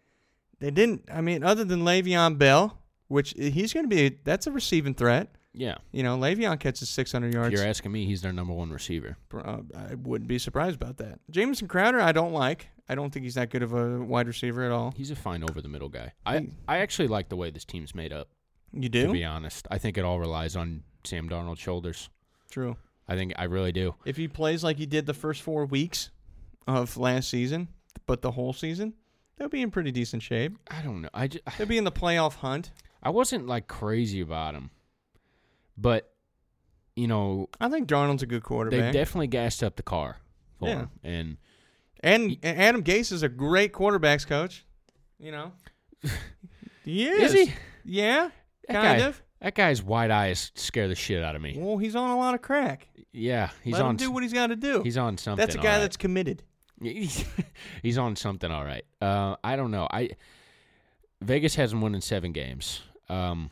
[SPEAKER 1] They didn't. I mean, other than Le'Veon Bell, which he's going to be. That's a receiving threat.
[SPEAKER 2] Yeah.
[SPEAKER 1] You know, Le'Veon catches 600 yards.
[SPEAKER 2] If you're asking me, he's their number one receiver.
[SPEAKER 1] Uh, I wouldn't be surprised about that. Jameson Crowder, I don't like. I don't think he's that good of a wide receiver at all.
[SPEAKER 2] He's a fine over the middle guy. I, I actually like the way this team's made up,
[SPEAKER 1] You
[SPEAKER 2] to be
[SPEAKER 1] do?
[SPEAKER 2] honest. I think it all relies on Sam Darnold's shoulders.
[SPEAKER 1] True.
[SPEAKER 2] I think I really do.
[SPEAKER 1] If he plays like he did the first four weeks of last season, but the whole season, they'll be in pretty decent shape.
[SPEAKER 2] I don't know. I, just,
[SPEAKER 1] They'll be in the playoff hunt.
[SPEAKER 2] I wasn't like crazy about him, but you know
[SPEAKER 1] I think Darnold's a good
[SPEAKER 2] they
[SPEAKER 1] quarterback.
[SPEAKER 2] definitely gassed up the car for
[SPEAKER 1] Yeah.
[SPEAKER 2] him, and
[SPEAKER 1] and and Adam Gase is a great quarterbacks coach. You know? Yes.
[SPEAKER 2] Is he?
[SPEAKER 1] Yeah.
[SPEAKER 2] that
[SPEAKER 1] kind
[SPEAKER 2] guy-
[SPEAKER 1] of.
[SPEAKER 2] that guy's wide eyes scare the shit out of me.
[SPEAKER 1] Well, he's on a lot of crack.
[SPEAKER 2] Yeah, he's
[SPEAKER 1] Let
[SPEAKER 2] on.
[SPEAKER 1] him do what he's got to do.
[SPEAKER 2] he's on something.
[SPEAKER 1] That's a
[SPEAKER 2] all
[SPEAKER 1] guy
[SPEAKER 2] right.
[SPEAKER 1] that's committed.
[SPEAKER 2] he's on something all right. Uh, I don't know. I Vegas has him winning seven games. Um,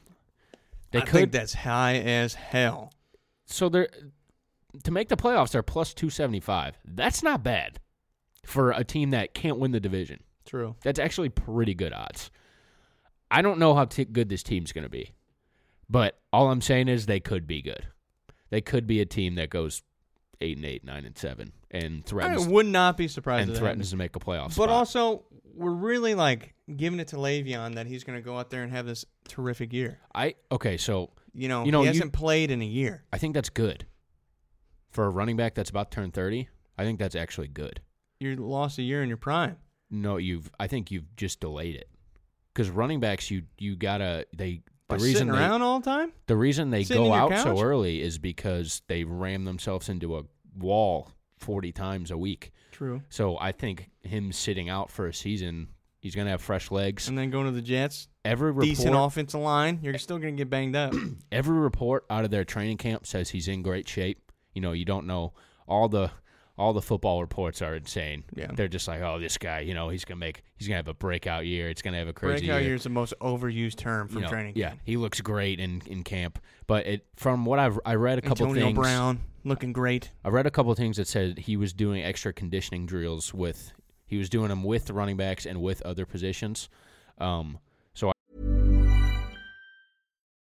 [SPEAKER 2] they
[SPEAKER 1] I
[SPEAKER 2] could
[SPEAKER 1] think that's high as hell.
[SPEAKER 2] so they're to make the playoffs. They're plus two seventy five. That's not bad for a team that can't win the division.
[SPEAKER 1] True.
[SPEAKER 2] That's actually pretty good odds. I don't know how t- good this team's going to be, but all I'm saying is they could be good. They could be a team that goes eight and eight, nine and seven, and
[SPEAKER 1] I
[SPEAKER 2] threatens
[SPEAKER 1] would not be surprised.
[SPEAKER 2] and
[SPEAKER 1] if that
[SPEAKER 2] threatens to make a playoff.
[SPEAKER 1] happens.
[SPEAKER 2] spot.
[SPEAKER 1] But also, we're really like giving it to Le'Veon that he's going to go out there and have this terrific year.
[SPEAKER 2] I okay, so
[SPEAKER 1] You know,
[SPEAKER 2] You know,
[SPEAKER 1] he
[SPEAKER 2] you-
[SPEAKER 1] hasn't played in a year.
[SPEAKER 2] I think that's good for a running back that's about to turn thirty. I think that's actually good.
[SPEAKER 1] You lost a year in your prime.
[SPEAKER 2] No, you've I think you've just delayed it because running backs you you gotta they
[SPEAKER 1] By
[SPEAKER 2] the reason
[SPEAKER 1] sitting
[SPEAKER 2] they,
[SPEAKER 1] around all the time.
[SPEAKER 2] The reason they
[SPEAKER 1] Sitting in
[SPEAKER 2] go
[SPEAKER 1] your
[SPEAKER 2] out
[SPEAKER 1] couch?
[SPEAKER 2] so early is because they ram themselves into a wall 40 times a week.
[SPEAKER 1] True.
[SPEAKER 2] So I think him sitting out for a season, he's going to have fresh legs.
[SPEAKER 1] And then going to the Jets,
[SPEAKER 2] Every
[SPEAKER 1] decent
[SPEAKER 2] report,
[SPEAKER 1] offensive line. You're still going to get banged up.
[SPEAKER 2] every report out of their training camp says he's in great shape. You know, you don't know all the all the football reports are insane.
[SPEAKER 1] Yeah.
[SPEAKER 2] They're just like, "Oh, this guy, you know, he's going to make he's going to have a breakout year. It's going to have a crazy
[SPEAKER 1] Breakout
[SPEAKER 2] year."
[SPEAKER 1] year is the most overused term
[SPEAKER 2] You
[SPEAKER 1] from
[SPEAKER 2] know,
[SPEAKER 1] training
[SPEAKER 2] yeah,
[SPEAKER 1] camp.
[SPEAKER 2] he looks great in, in camp, but it from what I've I read a couple
[SPEAKER 1] Antonio
[SPEAKER 2] things.
[SPEAKER 1] Brown looking great.
[SPEAKER 2] I read a couple of things that said he was doing extra conditioning drills with he was doing them with running backs and with other positions. Um,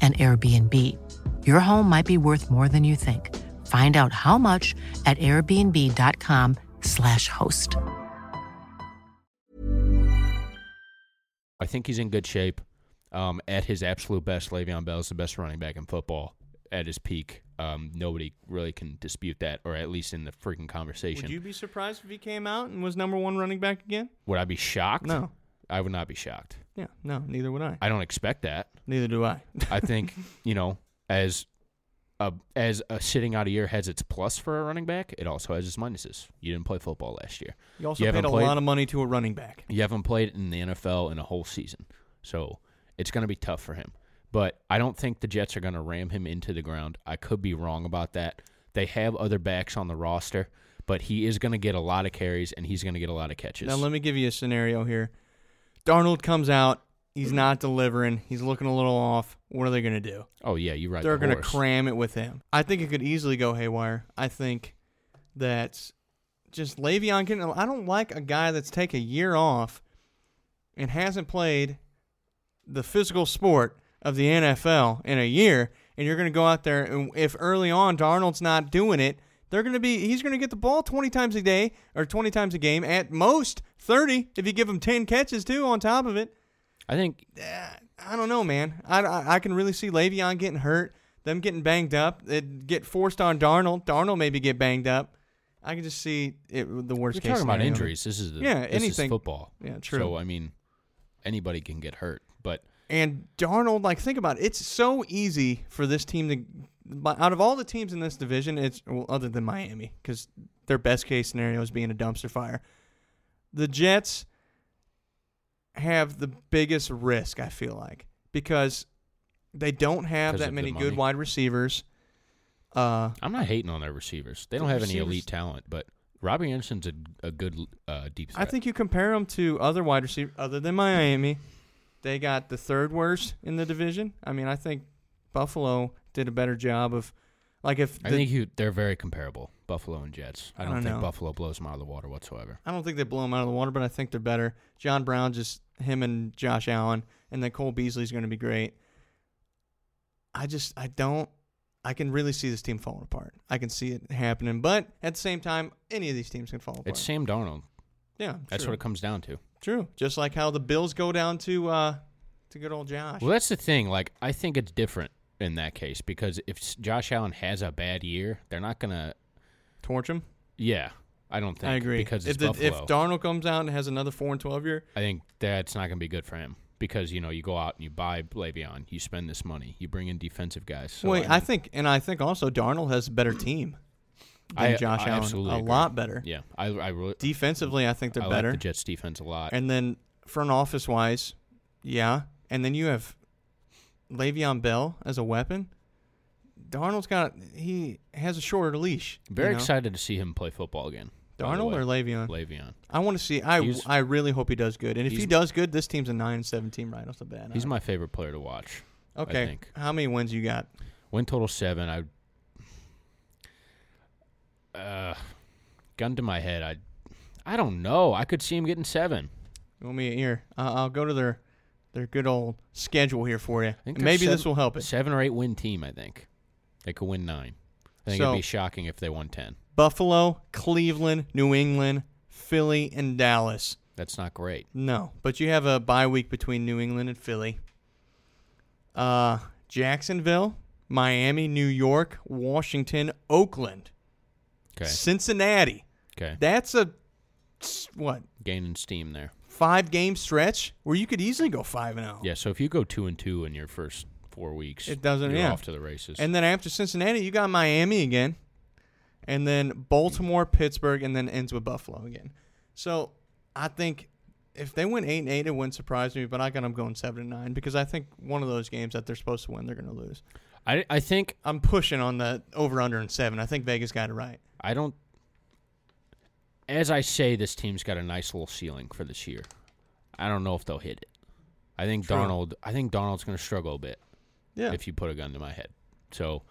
[SPEAKER 3] an Airbnb. Your home might be worth more than you think. Find out how much at airbnb.com/slash host.
[SPEAKER 2] I think he's in good shape. Um, at his absolute best, Le'Veon Bell is the best running back in football at his peak. Um, nobody really can dispute that, or at least in the freaking conversation.
[SPEAKER 1] Would you be surprised if he came out and was number one running back again?
[SPEAKER 2] Would I be shocked?
[SPEAKER 1] No.
[SPEAKER 2] I would not be shocked.
[SPEAKER 1] Yeah, no, neither would I.
[SPEAKER 2] I don't expect that.
[SPEAKER 1] Neither do I.
[SPEAKER 2] I think you know, as a as a sitting out a year has its plus for a running back, it also has its minuses. You didn't play football last year.
[SPEAKER 1] You also
[SPEAKER 2] haven't
[SPEAKER 1] paid a
[SPEAKER 2] played-
[SPEAKER 1] lot of money to a running back.
[SPEAKER 2] You haven't played in the NFL in a whole season, so it's going to be tough for him. But I don't think the Jets are going to ram him into the ground. I could be wrong about that. They have other backs on the roster, but he is going to get a lot of carries and he's going to get a lot of catches.
[SPEAKER 1] Now let me give you a scenario here. Darnold comes out, he's not delivering, he's looking a little off. What are they gonna do?
[SPEAKER 2] oh yeah, you right.
[SPEAKER 1] They're
[SPEAKER 2] going
[SPEAKER 1] gonna
[SPEAKER 2] to
[SPEAKER 1] cram it with him. I think it could easily go haywire. I think that just Le'Veon can I don't like a guy that's take a year off and hasn't played the physical sport of the NFL in a year, and you're gonna go out there and if early on Darnold's not doing it, They're going to be he's going to get the ball 20 times a day or 20 times a game at most 30 if you give him 10 catches too on top of it.
[SPEAKER 2] I think
[SPEAKER 1] I don't know, man. I, I, I can really see Le'Veon getting hurt, them getting banged up, it get forced on Darnold. Darnold maybe get banged up. I can just see it the worst
[SPEAKER 2] we're
[SPEAKER 1] case.
[SPEAKER 2] talking about
[SPEAKER 1] scenario.
[SPEAKER 2] injuries. This is the,
[SPEAKER 1] Yeah,
[SPEAKER 2] this is
[SPEAKER 1] anything.
[SPEAKER 2] football.
[SPEAKER 1] Yeah, true.
[SPEAKER 2] So I mean, anybody can get hurt, but
[SPEAKER 1] And Darnold, like, think about it. It's so easy for this team to, but out of all the teams in this division, it's well, other than Miami, because their best case scenario is being a dumpster fire. The Jets have the biggest risk, I feel like, because they don't have
[SPEAKER 2] 'Cause
[SPEAKER 1] that
[SPEAKER 2] of the
[SPEAKER 1] many
[SPEAKER 2] money.
[SPEAKER 1] good wide receivers. Uh,
[SPEAKER 2] I'm not hating on their receivers. They
[SPEAKER 1] The
[SPEAKER 2] don't have any
[SPEAKER 1] receivers-
[SPEAKER 2] elite talent, but Robbie Anderson's a, a good uh, deep
[SPEAKER 1] I
[SPEAKER 2] threat.
[SPEAKER 1] think you compare them to other wide receivers other than Miami. They got the third worst in the division. I mean, I think Buffalo did a better job of, like, if
[SPEAKER 2] I
[SPEAKER 1] the-
[SPEAKER 2] think you, they're very comparable, Buffalo and Jets. I
[SPEAKER 1] I
[SPEAKER 2] don't,
[SPEAKER 1] don't
[SPEAKER 2] think
[SPEAKER 1] know.
[SPEAKER 2] Buffalo blows them out of the water whatsoever.
[SPEAKER 1] I don't think they blow them out of the water, but I think they're better. John Brown, just him and Josh Allen, and then Cole Beasley's going to be great. I just, I don't, I can really see this team falling apart. I can see it happening, but at the same time, any of these teams can fall apart.
[SPEAKER 2] It's Sam Darnold.
[SPEAKER 1] yeah,
[SPEAKER 2] That's
[SPEAKER 1] Oh, true.
[SPEAKER 2] what it comes down to.
[SPEAKER 1] True, just like how the Bills go down to uh to good old Josh.
[SPEAKER 2] Well, that's the thing. Like, I think it's different in that case because if s- Josh Allen has a bad year, they're not gonna.
[SPEAKER 1] Torch him.
[SPEAKER 2] Yeah, I don't think.
[SPEAKER 1] I agree.
[SPEAKER 2] because it's
[SPEAKER 1] if, the, if
[SPEAKER 2] Buffalo.
[SPEAKER 1] Darnold comes out and has another four and twelve year,
[SPEAKER 2] I think that's not going to be good for him because you know you go out and you buy Le'Veon, you spend this money, you bring in defensive guys. So
[SPEAKER 1] wait,
[SPEAKER 2] mean,
[SPEAKER 1] I, think, and I think also Darnold has a better team than
[SPEAKER 2] I-
[SPEAKER 1] Josh
[SPEAKER 2] I
[SPEAKER 1] Allen,
[SPEAKER 2] absolutely
[SPEAKER 1] a
[SPEAKER 2] agree.
[SPEAKER 1] lot better.
[SPEAKER 2] yeah, I I really
[SPEAKER 1] Defensively, I think they're
[SPEAKER 2] I
[SPEAKER 1] better,
[SPEAKER 2] like the Jets defense a lot.
[SPEAKER 1] and then front office wise, yeah, and then you have Le'Veon Bell as a weapon. Darnold's got he has a shorter leash. you
[SPEAKER 2] Very
[SPEAKER 1] know?
[SPEAKER 2] excited to see him play football again. by the
[SPEAKER 1] Darnold
[SPEAKER 2] way.
[SPEAKER 1] or Le'Veon?
[SPEAKER 2] Le'Veon.
[SPEAKER 1] I want to see. I
[SPEAKER 2] He's-
[SPEAKER 1] I really hope he does good. And if
[SPEAKER 2] he's-
[SPEAKER 1] he does good, this team's a nine and seventeen right off the bat.
[SPEAKER 2] He's
[SPEAKER 1] I-
[SPEAKER 2] my favorite player to watch.
[SPEAKER 1] okay.
[SPEAKER 2] I think.
[SPEAKER 1] How many wins you got?
[SPEAKER 2] Win total seven. I uh, gun to my head. I I don't know. I could see him getting seven.
[SPEAKER 1] You want me here? Uh, I'll go to their their good old schedule here for you.
[SPEAKER 2] I think they're
[SPEAKER 1] Maybe this
[SPEAKER 2] seven-
[SPEAKER 1] will help it.
[SPEAKER 2] Seven or eight win team. I think they could win nine. I think
[SPEAKER 1] So-
[SPEAKER 2] it'd be shocking if they won ten.
[SPEAKER 1] Buffalo, Cleveland, New England, Philly, and Dallas.
[SPEAKER 2] That's not great.
[SPEAKER 1] No, but you have a bye week between New England and Philly. Uh, Jacksonville, Miami, New York, Washington, Oakland,
[SPEAKER 2] Okay.
[SPEAKER 1] Cincinnati.
[SPEAKER 2] Okay.
[SPEAKER 1] That's a s- what
[SPEAKER 2] Gaining steam there.
[SPEAKER 1] five game stretch where you could easily go five and zero.
[SPEAKER 2] Yeah. So if you go two and two in your first four weeks,
[SPEAKER 1] Oh. It doesn't-
[SPEAKER 2] You're
[SPEAKER 1] yeah.
[SPEAKER 2] off to the races.
[SPEAKER 1] And then after Cincinnati, you got Miami again, and then Baltimore, Pittsburgh, and then ends with Buffalo again. So I think if they win eight and eight, it wouldn't surprise me. But I got them going seven and nine because I think one of those games that they're supposed to win, they're going to lose.
[SPEAKER 2] I I think
[SPEAKER 1] I'm pushing on the over under and seven. I think Vegas got it right.
[SPEAKER 2] I don't. As I say, this team's got a nice little ceiling for this year. I don't know if they'll hit it. I think
[SPEAKER 1] True.
[SPEAKER 2] Donald. I think Donald's going to struggle a bit
[SPEAKER 1] Yeah.
[SPEAKER 2] if you put a gun to my head. So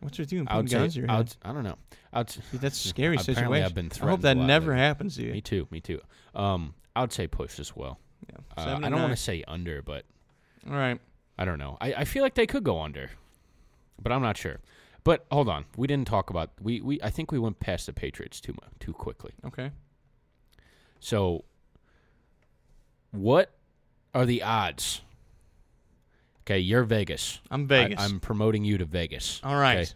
[SPEAKER 1] What's your doing?
[SPEAKER 2] I
[SPEAKER 1] Putting
[SPEAKER 2] would
[SPEAKER 1] guns
[SPEAKER 2] say
[SPEAKER 1] in your
[SPEAKER 2] I,
[SPEAKER 1] head.
[SPEAKER 2] would, I don't know. I would,
[SPEAKER 1] Dude, That's a scary
[SPEAKER 2] apparently
[SPEAKER 1] situation.
[SPEAKER 2] I've been
[SPEAKER 1] I hope
[SPEAKER 2] threatened
[SPEAKER 1] that
[SPEAKER 2] a lot
[SPEAKER 1] never
[SPEAKER 2] lately.
[SPEAKER 1] happens to you.
[SPEAKER 2] Me too. Me too. Um, I would say push as well.
[SPEAKER 1] Yeah.
[SPEAKER 2] Uh,
[SPEAKER 1] Seven
[SPEAKER 2] I
[SPEAKER 1] and
[SPEAKER 2] don't want
[SPEAKER 1] nine.
[SPEAKER 2] to say under, but
[SPEAKER 1] All right.
[SPEAKER 2] I don't know. I, I feel like they could go under, but I'm not sure. But hold on, we didn't talk about we, we I think we went past the Patriots too much too quickly.
[SPEAKER 1] Okay.
[SPEAKER 2] So, what are the odds? Okay, you're Vegas.
[SPEAKER 1] I'm Vegas.
[SPEAKER 2] I, am promoting you to Vegas.
[SPEAKER 1] All right.
[SPEAKER 2] okay?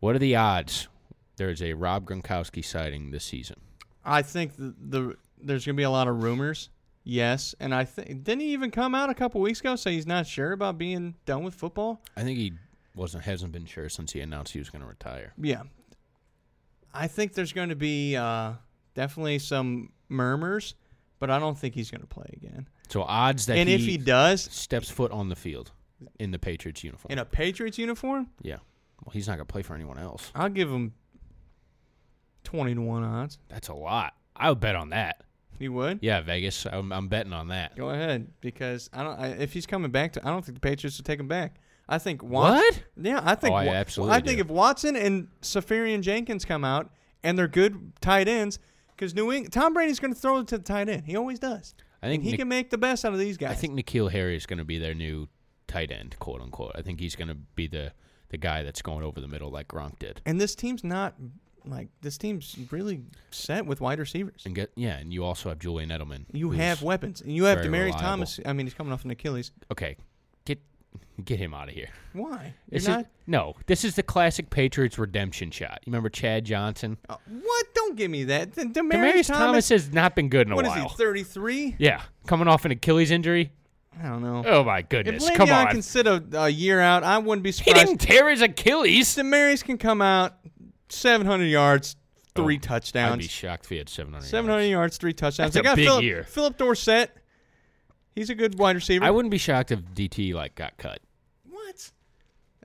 [SPEAKER 2] What are the odds? There is a Rob Gronkowski sighting this season.
[SPEAKER 1] I think the, the there's going to be a lot of rumors. Yes, and I think didn't he even come out a couple weeks ago say he's not sure about being done with football?
[SPEAKER 2] I think he wasn't hasn't been sure since he announced he was going to retire.
[SPEAKER 1] Yeah, I think there's going to be uh, definitely some murmurs, but I don't think he's going to play again.
[SPEAKER 2] So odds that
[SPEAKER 1] and
[SPEAKER 2] he,
[SPEAKER 1] if he does
[SPEAKER 2] steps foot on the field in the Patriots uniform.
[SPEAKER 1] in a Patriots uniform,
[SPEAKER 2] Yeah. Well, he's not going to play for anyone else.
[SPEAKER 1] I'll give him twenty to one odds.
[SPEAKER 2] That's a lot. I would bet on that.
[SPEAKER 1] You would?
[SPEAKER 2] Yeah, Vegas. I'm, I'm betting on that.
[SPEAKER 1] Go ahead because I don't. I, if he's coming back, to, I don't think the Patriots will take him back. I think Wat-
[SPEAKER 2] What?
[SPEAKER 1] Yeah, I think
[SPEAKER 2] Oh, I
[SPEAKER 1] Wa-
[SPEAKER 2] absolutely
[SPEAKER 1] I think
[SPEAKER 2] do.
[SPEAKER 1] if Watson and Safarian Jenkins come out and they're good tight ends, because New England, Tom Brady's going to throw it to the tight end. He always does.
[SPEAKER 2] I think
[SPEAKER 1] And he
[SPEAKER 2] Nick-
[SPEAKER 1] can make the best out of these guys.
[SPEAKER 2] I think Nikhil Harry is going to be their new tight end, quote unquote. I think he's going to be the the guy that's going over the middle like Gronk did.
[SPEAKER 1] And this team's not like this team's really set with wide receivers.
[SPEAKER 2] And get yeah, and you also have Julian Edelman.
[SPEAKER 1] You
[SPEAKER 2] who's-
[SPEAKER 1] have weapons, and you have
[SPEAKER 2] very
[SPEAKER 1] Demaryius
[SPEAKER 2] reliable.
[SPEAKER 1] Thomas. I mean, he's coming off an Achilles.
[SPEAKER 2] okay, get get him out of here.
[SPEAKER 1] Why? You're
[SPEAKER 2] This is-
[SPEAKER 1] not.
[SPEAKER 2] no, this is the classic Patriots redemption shot. You remember Chad Johnson?
[SPEAKER 1] Uh, what? Don't give me that. The-
[SPEAKER 2] Demaryius
[SPEAKER 1] Demaryius
[SPEAKER 2] Thomas, has not been good in a
[SPEAKER 1] What is
[SPEAKER 2] while.
[SPEAKER 1] he? Thirty-three?
[SPEAKER 2] yeah, coming off an Achilles injury.
[SPEAKER 1] I don't know.
[SPEAKER 2] Oh my
[SPEAKER 1] if
[SPEAKER 2] goodness!
[SPEAKER 1] Le'Veon
[SPEAKER 2] Come on,
[SPEAKER 1] can sit a, a year out, I wouldn't be
[SPEAKER 2] he
[SPEAKER 1] surprised.
[SPEAKER 2] didn't tear his Achilles.
[SPEAKER 1] Demaryius can come out, seven hundred yards, three
[SPEAKER 2] Oh, I'd be
[SPEAKER 1] touchdowns.
[SPEAKER 2] shocked if he had 700.
[SPEAKER 1] Seven hundred
[SPEAKER 2] yards.
[SPEAKER 1] yards, three touchdowns.
[SPEAKER 2] That's
[SPEAKER 1] they
[SPEAKER 2] a
[SPEAKER 1] got
[SPEAKER 2] big
[SPEAKER 1] Philip,
[SPEAKER 2] year.
[SPEAKER 1] Philip Dorsett. He's a good wide receiver.
[SPEAKER 2] I wouldn't be shocked if DT like got cut.
[SPEAKER 1] What?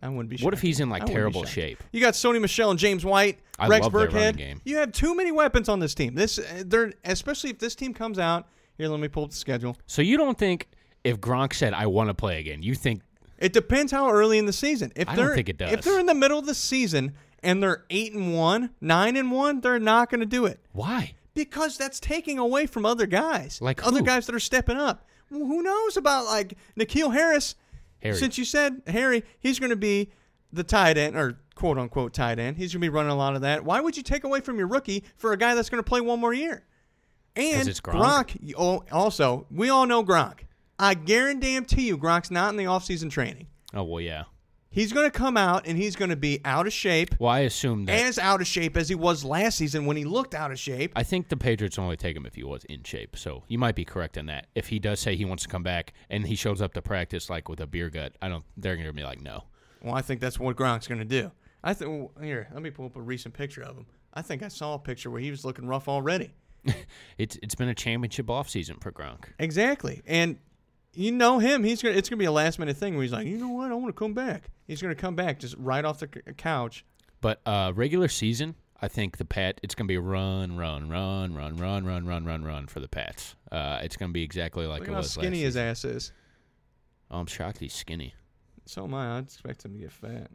[SPEAKER 1] I wouldn't be. Shocked.
[SPEAKER 2] What if he's in, like,
[SPEAKER 1] I wouldn't be
[SPEAKER 2] terrible
[SPEAKER 1] shocked.
[SPEAKER 2] shape?
[SPEAKER 1] You got Sony Michelle and James White,
[SPEAKER 2] I
[SPEAKER 1] Rex
[SPEAKER 2] love their
[SPEAKER 1] Burkhead.
[SPEAKER 2] running game.
[SPEAKER 1] You have too many weapons on this team. This uh, they're especially if this team comes out here. Let me pull up the schedule.
[SPEAKER 2] So you don't think if Gronk said I want to play again, you think
[SPEAKER 1] It depends how early in the season. If
[SPEAKER 2] I
[SPEAKER 1] they're
[SPEAKER 2] don't think it does.
[SPEAKER 1] if they're in the middle of the season and they're eight and one, nine and one, they're not going to do it
[SPEAKER 2] why?
[SPEAKER 1] because that's taking away from other guys,
[SPEAKER 2] Like
[SPEAKER 1] other
[SPEAKER 2] who?
[SPEAKER 1] guys that are stepping up. Well, who knows about like Nikhil Harris?
[SPEAKER 2] Harry.
[SPEAKER 1] Since you said Harry, he's going to be the tight end or quote unquote tight end. He's going to be running a lot of that. Why would you take away from your rookie for a guy that's going to play one more year? And
[SPEAKER 2] it's Gronk.
[SPEAKER 1] Gronk oh, also, we all know Gronk. I guarantee you Gronk's not in the offseason training.
[SPEAKER 2] oh well, yeah.
[SPEAKER 1] He's going to come out and he's going to be out of shape,
[SPEAKER 2] Well, I assume that.
[SPEAKER 1] as out of shape as he was last season when he looked out of shape.
[SPEAKER 2] I think the Patriots only take him if he was in shape, so you might be correct in that. If he does say he wants to come back and he shows up to practice like with a beer gut, I don't. They're gonna be like, no.
[SPEAKER 1] Well, I think that's what Gronk's going to do. I think well, here, let me pull up a recent picture of him. I think I saw a picture where he was looking rough already.
[SPEAKER 2] It's it's been a championship offseason for Gronk.
[SPEAKER 1] Exactly. And you know him, he's going to it's going to be a last minute thing where he's like, "You know what? I want to come back." He's going to come back just right off the c- couch.
[SPEAKER 2] But uh, regular season, I think the Pat it's gonna be run, run, run, run, run, run, run, run, run for the Pats. Uh, it's gonna be exactly like
[SPEAKER 1] Look
[SPEAKER 2] it
[SPEAKER 1] at how
[SPEAKER 2] was
[SPEAKER 1] skinny
[SPEAKER 2] last.
[SPEAKER 1] his ass is.
[SPEAKER 2] Oh, I'm shocked he's skinny.
[SPEAKER 1] So am I. I'd expect him to get fat.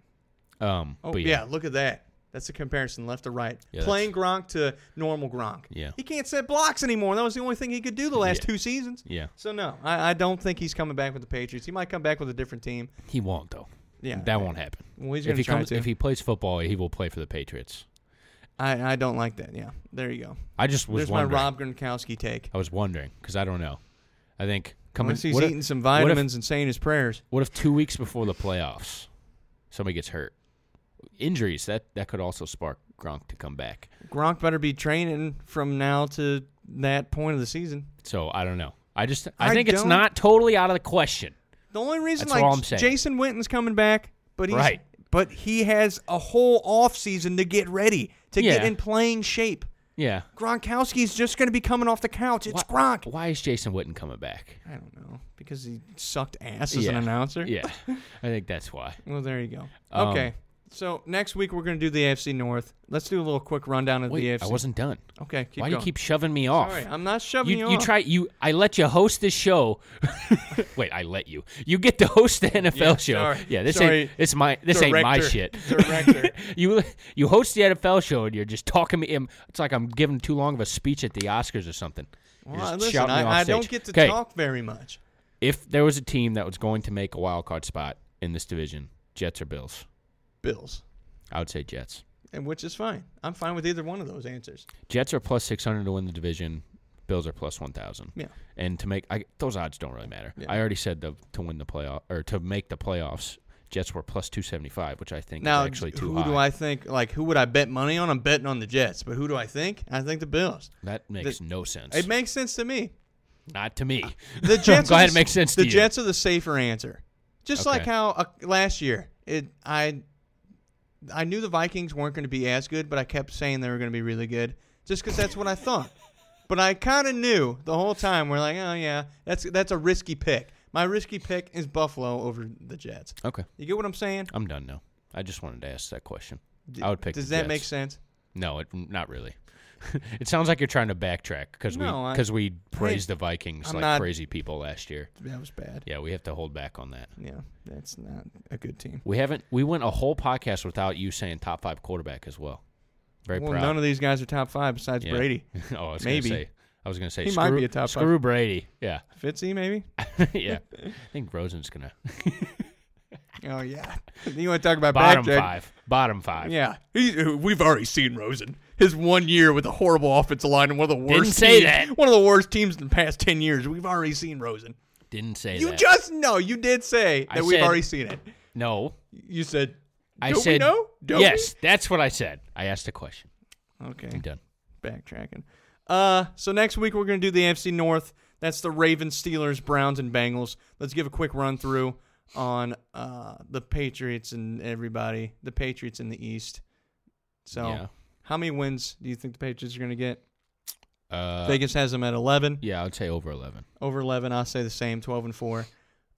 [SPEAKER 2] Um,
[SPEAKER 1] Oh
[SPEAKER 2] but
[SPEAKER 1] yeah.
[SPEAKER 2] yeah.
[SPEAKER 1] look at that. That's a comparison left to right.
[SPEAKER 2] Yeah,
[SPEAKER 1] Playing Gronk to normal Gronk.
[SPEAKER 2] Yeah.
[SPEAKER 1] He can't set blocks anymore. That was the only thing he could do the last
[SPEAKER 2] Yeah.
[SPEAKER 1] two seasons.
[SPEAKER 2] Yeah.
[SPEAKER 1] So no, I, I don't think he's coming back with the Patriots. He might come back with a different team.
[SPEAKER 2] He won't though.
[SPEAKER 1] Yeah.
[SPEAKER 2] that won't happen.
[SPEAKER 1] Well, he's
[SPEAKER 2] if
[SPEAKER 1] gonna
[SPEAKER 2] he
[SPEAKER 1] try
[SPEAKER 2] comes,
[SPEAKER 1] to.
[SPEAKER 2] if he plays football, he will play for the Patriots.
[SPEAKER 1] I, I don't like that. Yeah. There you go.
[SPEAKER 2] I just was
[SPEAKER 1] There's
[SPEAKER 2] wondering.
[SPEAKER 1] my Rob Gronkowski take.
[SPEAKER 2] I was wondering because I don't know. I think coming.
[SPEAKER 1] Unless he's
[SPEAKER 2] what if-
[SPEAKER 1] eating some
[SPEAKER 2] what if-
[SPEAKER 1] vitamins and saying his prayers.
[SPEAKER 2] What if, two weeks before the playoffs, somebody gets hurt? Injuries that that could also spark Gronk to come back.
[SPEAKER 1] Gronk better be training from now to that point of the season.
[SPEAKER 2] So I don't know. I just I,
[SPEAKER 1] I
[SPEAKER 2] think it's
[SPEAKER 1] don't-
[SPEAKER 2] not totally out of the question.
[SPEAKER 1] The only reason,
[SPEAKER 2] That's
[SPEAKER 1] like,
[SPEAKER 2] all I'm saying.
[SPEAKER 1] Jason Witten's coming back, but he's,
[SPEAKER 2] Right.
[SPEAKER 1] but he has a whole off season to get ready to get
[SPEAKER 2] Yeah.
[SPEAKER 1] in playing shape.
[SPEAKER 2] Yeah.
[SPEAKER 1] Gronkowski's just going to be coming off the couch. It's
[SPEAKER 2] why,
[SPEAKER 1] Gronk.
[SPEAKER 2] Why is Jason Witten coming back?
[SPEAKER 1] I don't know because he sucked ass as an
[SPEAKER 2] Yeah.
[SPEAKER 1] announcer.
[SPEAKER 2] Yeah, I think that's why.
[SPEAKER 1] Well, there you go.
[SPEAKER 2] Um,
[SPEAKER 1] okay. So next week we're going to do the AFC North. Let's do a little quick rundown of the
[SPEAKER 2] Wait,
[SPEAKER 1] AFC.
[SPEAKER 2] I wasn't done.
[SPEAKER 1] Okay. Keep
[SPEAKER 2] why do
[SPEAKER 1] going.
[SPEAKER 2] you keep shoving me off?
[SPEAKER 1] Sorry, I'm not shoving you,
[SPEAKER 2] you, you
[SPEAKER 1] off.
[SPEAKER 2] try you I let you host this show. Wait, I let you. You get to host the NFL
[SPEAKER 1] Yeah,
[SPEAKER 2] show.
[SPEAKER 1] sorry.
[SPEAKER 2] Yeah, this
[SPEAKER 1] Sorry,
[SPEAKER 2] ain't this my this ain't my
[SPEAKER 1] director.
[SPEAKER 2] shit.
[SPEAKER 1] Director.
[SPEAKER 2] you you host the NFL show and you're just talking me. um, It's like I'm giving too long of a speech at the Oscars or something. You're
[SPEAKER 1] Well,
[SPEAKER 2] just
[SPEAKER 1] listen,
[SPEAKER 2] shouting me off
[SPEAKER 1] I, I don't
[SPEAKER 2] stage.
[SPEAKER 1] get to
[SPEAKER 2] 'Kay,
[SPEAKER 1] talk very much.
[SPEAKER 2] If there was a team that was going to make a wild card spot in this division, Jets or Bills,
[SPEAKER 1] Bills,
[SPEAKER 2] I would say Jets.
[SPEAKER 1] and which is fine. I'm fine with either one of those answers.
[SPEAKER 2] Jets are plus six hundred to win the division. Bills are plus one thousand.
[SPEAKER 1] Yeah.
[SPEAKER 2] And to make I, those odds don't really matter.
[SPEAKER 1] Yeah.
[SPEAKER 2] I already said the, to win the playoff or to make the playoffs, Jets were plus two seventy five, which I think
[SPEAKER 1] Now,
[SPEAKER 2] is actually too
[SPEAKER 1] who
[SPEAKER 2] high.
[SPEAKER 1] do I think? Like, who would I bet money on? I'm betting on the Jets, but who do I think? I think the Bills.
[SPEAKER 2] that makes
[SPEAKER 1] the-
[SPEAKER 2] no sense.
[SPEAKER 1] It makes sense to me.
[SPEAKER 2] Not to me.
[SPEAKER 1] The Jets.
[SPEAKER 2] Go
[SPEAKER 1] are
[SPEAKER 2] ahead,
[SPEAKER 1] the-
[SPEAKER 2] it makes sense.
[SPEAKER 1] The
[SPEAKER 2] to you.
[SPEAKER 1] Jets are the safer answer. Just like
[SPEAKER 2] Okay.
[SPEAKER 1] how uh, last year, it I I knew the Vikings weren't going to be as good, but I kept saying they were going to be really good, just because that's what I thought. But I kind of knew the whole time. We're like, oh yeah, that's that's a risky pick. My risky pick is Buffalo over the Jets.
[SPEAKER 2] Okay,
[SPEAKER 1] You get what I'm saying?
[SPEAKER 2] I'm done now. I just wanted to ask that question.
[SPEAKER 1] D-
[SPEAKER 2] I would pick.
[SPEAKER 1] Does
[SPEAKER 2] the
[SPEAKER 1] that
[SPEAKER 2] Jets.
[SPEAKER 1] make sense?
[SPEAKER 2] No, it, not really. it sounds like you're trying to backtrack because
[SPEAKER 1] No,
[SPEAKER 2] we
[SPEAKER 1] I-
[SPEAKER 2] because we
[SPEAKER 1] I-
[SPEAKER 2] praised the Vikings
[SPEAKER 1] I'm
[SPEAKER 2] like
[SPEAKER 1] not-
[SPEAKER 2] crazy people last year.
[SPEAKER 1] That was bad.
[SPEAKER 2] Yeah, we have to hold back on that.
[SPEAKER 1] Yeah, that's not a good team.
[SPEAKER 2] We haven't. We went a whole podcast without you saying top five quarterback as well. Very
[SPEAKER 1] well,
[SPEAKER 2] proud.
[SPEAKER 1] none of these guys are top five besides
[SPEAKER 2] Yeah.
[SPEAKER 1] Brady.
[SPEAKER 2] oh, I was
[SPEAKER 1] Maybe.
[SPEAKER 2] Gonna say, I was gonna say
[SPEAKER 1] He
[SPEAKER 2] screw,
[SPEAKER 1] might be a top five.
[SPEAKER 2] screw Brady. Yeah,
[SPEAKER 1] Fitzy, maybe.
[SPEAKER 2] yeah. I think Rosen's gonna.
[SPEAKER 1] Oh yeah. You want to talk about
[SPEAKER 2] Bottom
[SPEAKER 1] backtrack?
[SPEAKER 2] five. Bottom five.
[SPEAKER 1] Yeah, He's- uh, we've already seen Rosen. His one year with a horrible offensive line and one of the worst.
[SPEAKER 2] Didn't say
[SPEAKER 1] teams-
[SPEAKER 2] that.
[SPEAKER 1] One of the worst teams in the past ten years. We've already seen Rosen.
[SPEAKER 2] Didn't say
[SPEAKER 1] You
[SPEAKER 2] that.
[SPEAKER 1] just know. You did say
[SPEAKER 2] I
[SPEAKER 1] that we've
[SPEAKER 2] said-
[SPEAKER 1] already seen it.
[SPEAKER 2] no.
[SPEAKER 1] You said.
[SPEAKER 2] I
[SPEAKER 1] "Don't
[SPEAKER 2] said
[SPEAKER 1] we know? Don't we?"
[SPEAKER 2] yes. That's what I said. I asked a question.
[SPEAKER 1] Okay.
[SPEAKER 2] I'm done.
[SPEAKER 1] Backtracking. Uh, so next week we're gonna do the AFC North. That's the Ravens, Steelers, Browns, and Bengals. Let's give a quick run through on uh the Patriots and everybody. The Patriots in the East. So,
[SPEAKER 2] Yeah.
[SPEAKER 1] how many wins do you think the Patriots are gonna get?
[SPEAKER 2] Uh,
[SPEAKER 1] Vegas has them at 11.
[SPEAKER 2] yeah, I'd say over eleven.
[SPEAKER 1] Over 11, I'll say the same, 12 and 4.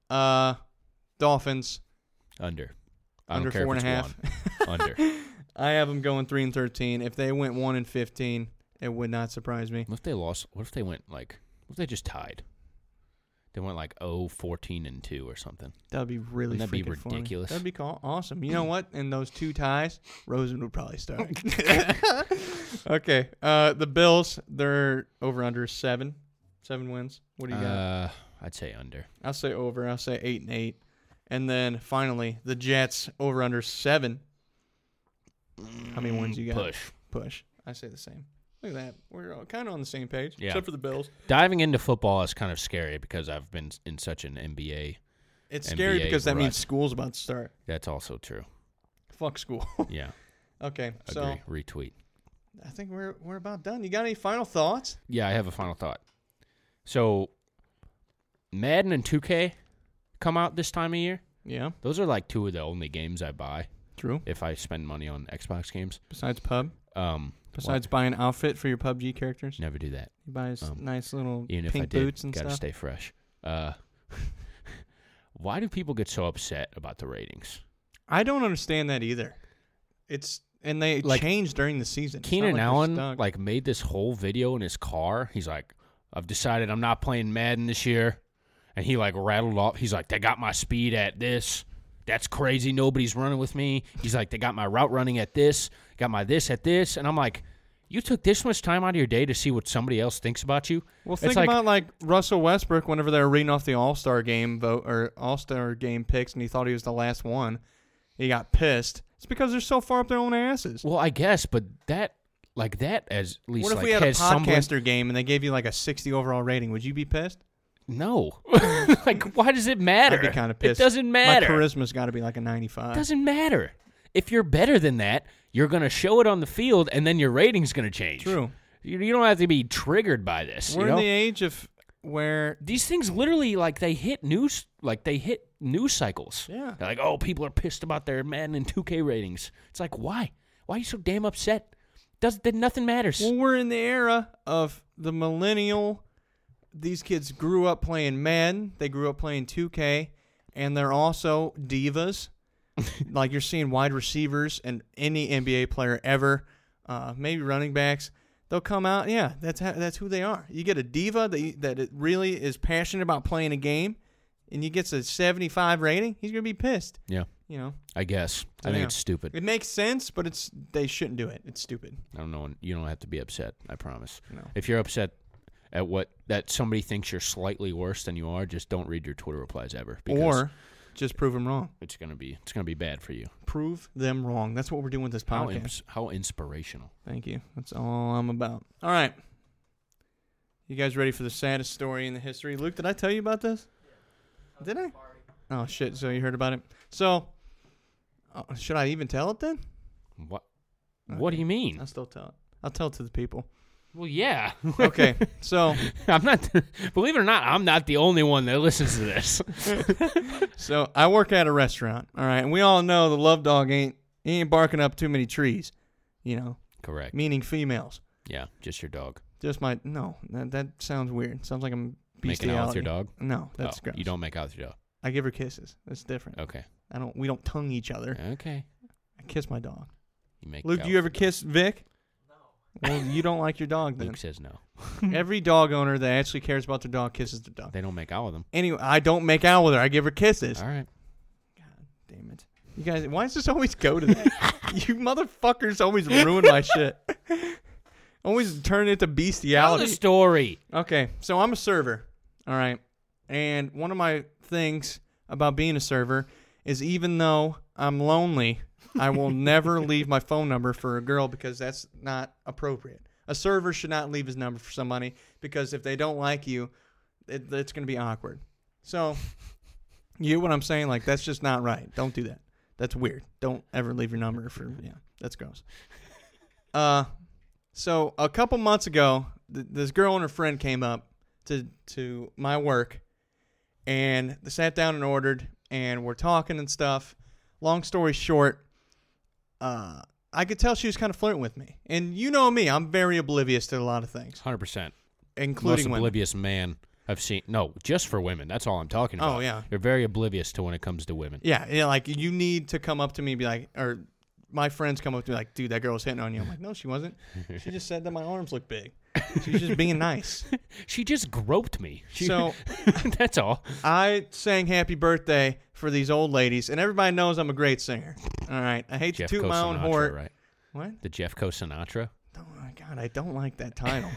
[SPEAKER 1] Uh Dolphins
[SPEAKER 2] Under. I
[SPEAKER 1] under
[SPEAKER 2] don't care
[SPEAKER 1] four
[SPEAKER 2] if
[SPEAKER 1] and a half.
[SPEAKER 2] it's one. Under.
[SPEAKER 1] I have them going 3 and 13. If they went 1 and 15, it would not surprise me.
[SPEAKER 2] What if they lost? What if they went like? What if they just tied? They went like oh, 14 and two or something.
[SPEAKER 1] That'd be really
[SPEAKER 2] Wouldn't that be
[SPEAKER 1] freaking funny.
[SPEAKER 2] ridiculous?
[SPEAKER 1] That'd be ca- awesome. You know what? In those two ties, Rosen would probably start. okay. Uh, the Bills, they're over under seven, seven wins. What do you got?
[SPEAKER 2] Uh, I'd say under.
[SPEAKER 1] I'll say over. I'll say eight and eight, and then finally the Jets over under seven. How many wins you got?
[SPEAKER 2] Mm, Push.
[SPEAKER 1] Push. I say the same. Look at that. We're all kind of on the same page,
[SPEAKER 2] Yeah.
[SPEAKER 1] except for the Bills.
[SPEAKER 2] Diving into football is kind of scary because I've been in such an NBA.
[SPEAKER 1] It's scary
[SPEAKER 2] NBA
[SPEAKER 1] because that
[SPEAKER 2] rut.
[SPEAKER 1] means school's about to start.
[SPEAKER 2] That's also true.
[SPEAKER 1] Fuck school.
[SPEAKER 2] Yeah.
[SPEAKER 1] okay,
[SPEAKER 2] Agree.
[SPEAKER 1] so
[SPEAKER 2] Retweet.
[SPEAKER 1] I think we're we're about done. You got any final thoughts?
[SPEAKER 2] Yeah, I have a final thought. So, Madden and 2K come out this time of year.
[SPEAKER 1] Yeah,
[SPEAKER 2] Those are like two of the only games I buy
[SPEAKER 1] true.
[SPEAKER 2] if I spend money on Xbox games.
[SPEAKER 1] Besides pub,
[SPEAKER 2] Um,
[SPEAKER 1] besides buying outfit for your PUBG characters,
[SPEAKER 2] never do that.
[SPEAKER 1] you buy his
[SPEAKER 2] Um,
[SPEAKER 1] nice little
[SPEAKER 2] Even if I
[SPEAKER 1] pink
[SPEAKER 2] did,
[SPEAKER 1] boots and
[SPEAKER 2] gotta
[SPEAKER 1] stuff.
[SPEAKER 2] stay fresh. Uh, why do people get so upset about the ratings?
[SPEAKER 1] I don't understand that either. It's and they
[SPEAKER 2] Like,
[SPEAKER 1] change during the season. It's not
[SPEAKER 2] Keenan
[SPEAKER 1] like they're
[SPEAKER 2] Allen
[SPEAKER 1] stuck.
[SPEAKER 2] like made this whole video in his car. He's like, I've decided I'm not playing Madden this year. And he like rattled off. He's like, they got my speed at this. That's crazy. Nobody's running with me. He's like, they got my route running at this. Got my this at this. And I'm like, you took this much time out of your day to see what somebody else thinks about you.
[SPEAKER 1] well,
[SPEAKER 2] It's
[SPEAKER 1] think
[SPEAKER 2] like-
[SPEAKER 1] about like Russell Westbrook whenever they were reading off the All Star game vote or All Star game picks, and he thought he was the last one. He got pissed. It's because they're so far up their own asses.
[SPEAKER 2] Well, I guess, but that like that as at least
[SPEAKER 1] What if
[SPEAKER 2] like
[SPEAKER 1] we had a
[SPEAKER 2] has some-
[SPEAKER 1] podcaster game and they gave you like a 60 overall rating? Would you be pissed?
[SPEAKER 2] No, like why does it matter?
[SPEAKER 1] I'd be kind of pissed.
[SPEAKER 2] It doesn't matter.
[SPEAKER 1] My charisma's got to be like a 95.
[SPEAKER 2] doesn't matter. If you're better than that, you're going to show it on the field, and then your rating's going to change.
[SPEAKER 1] True.
[SPEAKER 2] You, you don't have to be triggered by this.
[SPEAKER 1] We're
[SPEAKER 2] you know?
[SPEAKER 1] in the age of where
[SPEAKER 2] These things literally, like they hit news, like they hit news cycles.
[SPEAKER 1] Yeah.
[SPEAKER 2] They're like, oh, people are pissed about their Madden and 2K ratings. It's like, why? Why are you so damn upset? Does then nothing matters?
[SPEAKER 1] Well, we're in the era of the millennial. These kids grew up playing Madden. They grew up playing 2K, and they're also divas. like you're seeing wide receivers and any NBA player ever, uh, maybe running backs. They'll come out, yeah. That's how, that's who they are. You get a diva that that it really is passionate about playing a game, and you gets a 75 rating. He's gonna be pissed.
[SPEAKER 2] yeah,
[SPEAKER 1] You know,
[SPEAKER 2] I guess. I, think
[SPEAKER 1] Yeah.
[SPEAKER 2] it's stupid.
[SPEAKER 1] It makes sense, but it's they shouldn't do it. It's stupid.
[SPEAKER 2] I don't know. and You don't have to be upset. I promise.
[SPEAKER 1] No.
[SPEAKER 2] If you're upset at what that somebody thinks you're slightly worse than you are, just don't read your Twitter replies ever. because-
[SPEAKER 1] or just prove them wrong.
[SPEAKER 2] it's gonna be it's gonna be bad for you.
[SPEAKER 1] prove them wrong. That's what we're doing with this
[SPEAKER 2] How
[SPEAKER 1] podcast.
[SPEAKER 2] ins- how inspirational.
[SPEAKER 1] Thank you. That's all I'm about. All right. You guys ready for the saddest story in the history? Luke, did I tell you about this? Did I? Oh shit! So you heard about it? So uh, should I even tell it then?
[SPEAKER 2] What What do you mean?
[SPEAKER 1] I'll still tell it. I'll tell it to the people.
[SPEAKER 2] Well, yeah.
[SPEAKER 1] Okay. so
[SPEAKER 2] I'm not. Believe it or not, I'm not the only one that listens to this.
[SPEAKER 1] So I work at a restaurant, all right, and we all know the love dog ain't he ain't barking up too many trees, you know,
[SPEAKER 2] Correct.
[SPEAKER 1] meaning females.
[SPEAKER 2] Yeah, just your dog.
[SPEAKER 1] Just my no, that, that sounds weird. Sounds like I'm
[SPEAKER 2] Making out with your
[SPEAKER 1] bestiality.
[SPEAKER 2] dog?
[SPEAKER 1] No, that's
[SPEAKER 2] oh,
[SPEAKER 1] gross.
[SPEAKER 2] You don't Oh. make out with your dog.
[SPEAKER 1] I give her kisses. That's different.
[SPEAKER 2] Okay.
[SPEAKER 1] I don't. We don't tongue each other.
[SPEAKER 2] Okay.
[SPEAKER 1] I kiss my dog.
[SPEAKER 2] You make.
[SPEAKER 1] Luke,
[SPEAKER 2] out
[SPEAKER 1] do you ever
[SPEAKER 2] with your
[SPEAKER 1] kiss Vic? No. Well, you don't like your dog
[SPEAKER 2] dog.
[SPEAKER 1] then.
[SPEAKER 2] Luke says no.
[SPEAKER 1] Every dog owner that actually cares about their dog kisses their dog.
[SPEAKER 2] They don't make out with him.
[SPEAKER 1] Anyway, I don't make out with her. I give her kisses.
[SPEAKER 2] All right.
[SPEAKER 1] Damn it. You guys, why does this always go to that? you motherfuckers always ruin my shit. always turn it to
[SPEAKER 2] Tell the
[SPEAKER 1] bestiality.
[SPEAKER 2] story.
[SPEAKER 1] Okay, so I'm a server, all right, and one of my things about being a server is even though I'm lonely, I will never leave my phone number for a girl because that's not appropriate. A server should not leave his number for somebody because if they don't like you, it, it's going to be awkward. So, you hear what I'm saying? Like, that's just not right. Don't do that. That's weird. Don't ever leave your number for, yeah, that's gross. Uh, so a couple months ago, th- this girl and her friend came up to to my work, and they sat down and ordered, and we're talking and stuff. Long story short, uh, I could tell she was kind of flirting with me, and you know me, I'm very oblivious to a lot of things,
[SPEAKER 2] Hundred percent. Most
[SPEAKER 1] including women.
[SPEAKER 2] oblivious man I've seen. No, just for women. That's all I'm talking
[SPEAKER 1] Oh,
[SPEAKER 2] about.
[SPEAKER 1] yeah.
[SPEAKER 2] You're very oblivious to when it comes to women.
[SPEAKER 1] Yeah, yeah, like you need to come up to me and be like, or my friends come up to me like, dude, that girl was hitting on you. I'm like, no, she wasn't. She just said that my arms look big. She was just being nice.
[SPEAKER 2] She just groped me. She-
[SPEAKER 1] So-
[SPEAKER 2] that's all.
[SPEAKER 1] I sang happy birthday for these old ladies, and everybody knows I'm a great singer. All right. I hate
[SPEAKER 2] Jeff
[SPEAKER 1] to toot my own
[SPEAKER 2] Sinatra,
[SPEAKER 1] horn.
[SPEAKER 2] right?
[SPEAKER 1] What?
[SPEAKER 2] The Jeffco Sinatra.
[SPEAKER 1] Oh, my God. I don't like that title.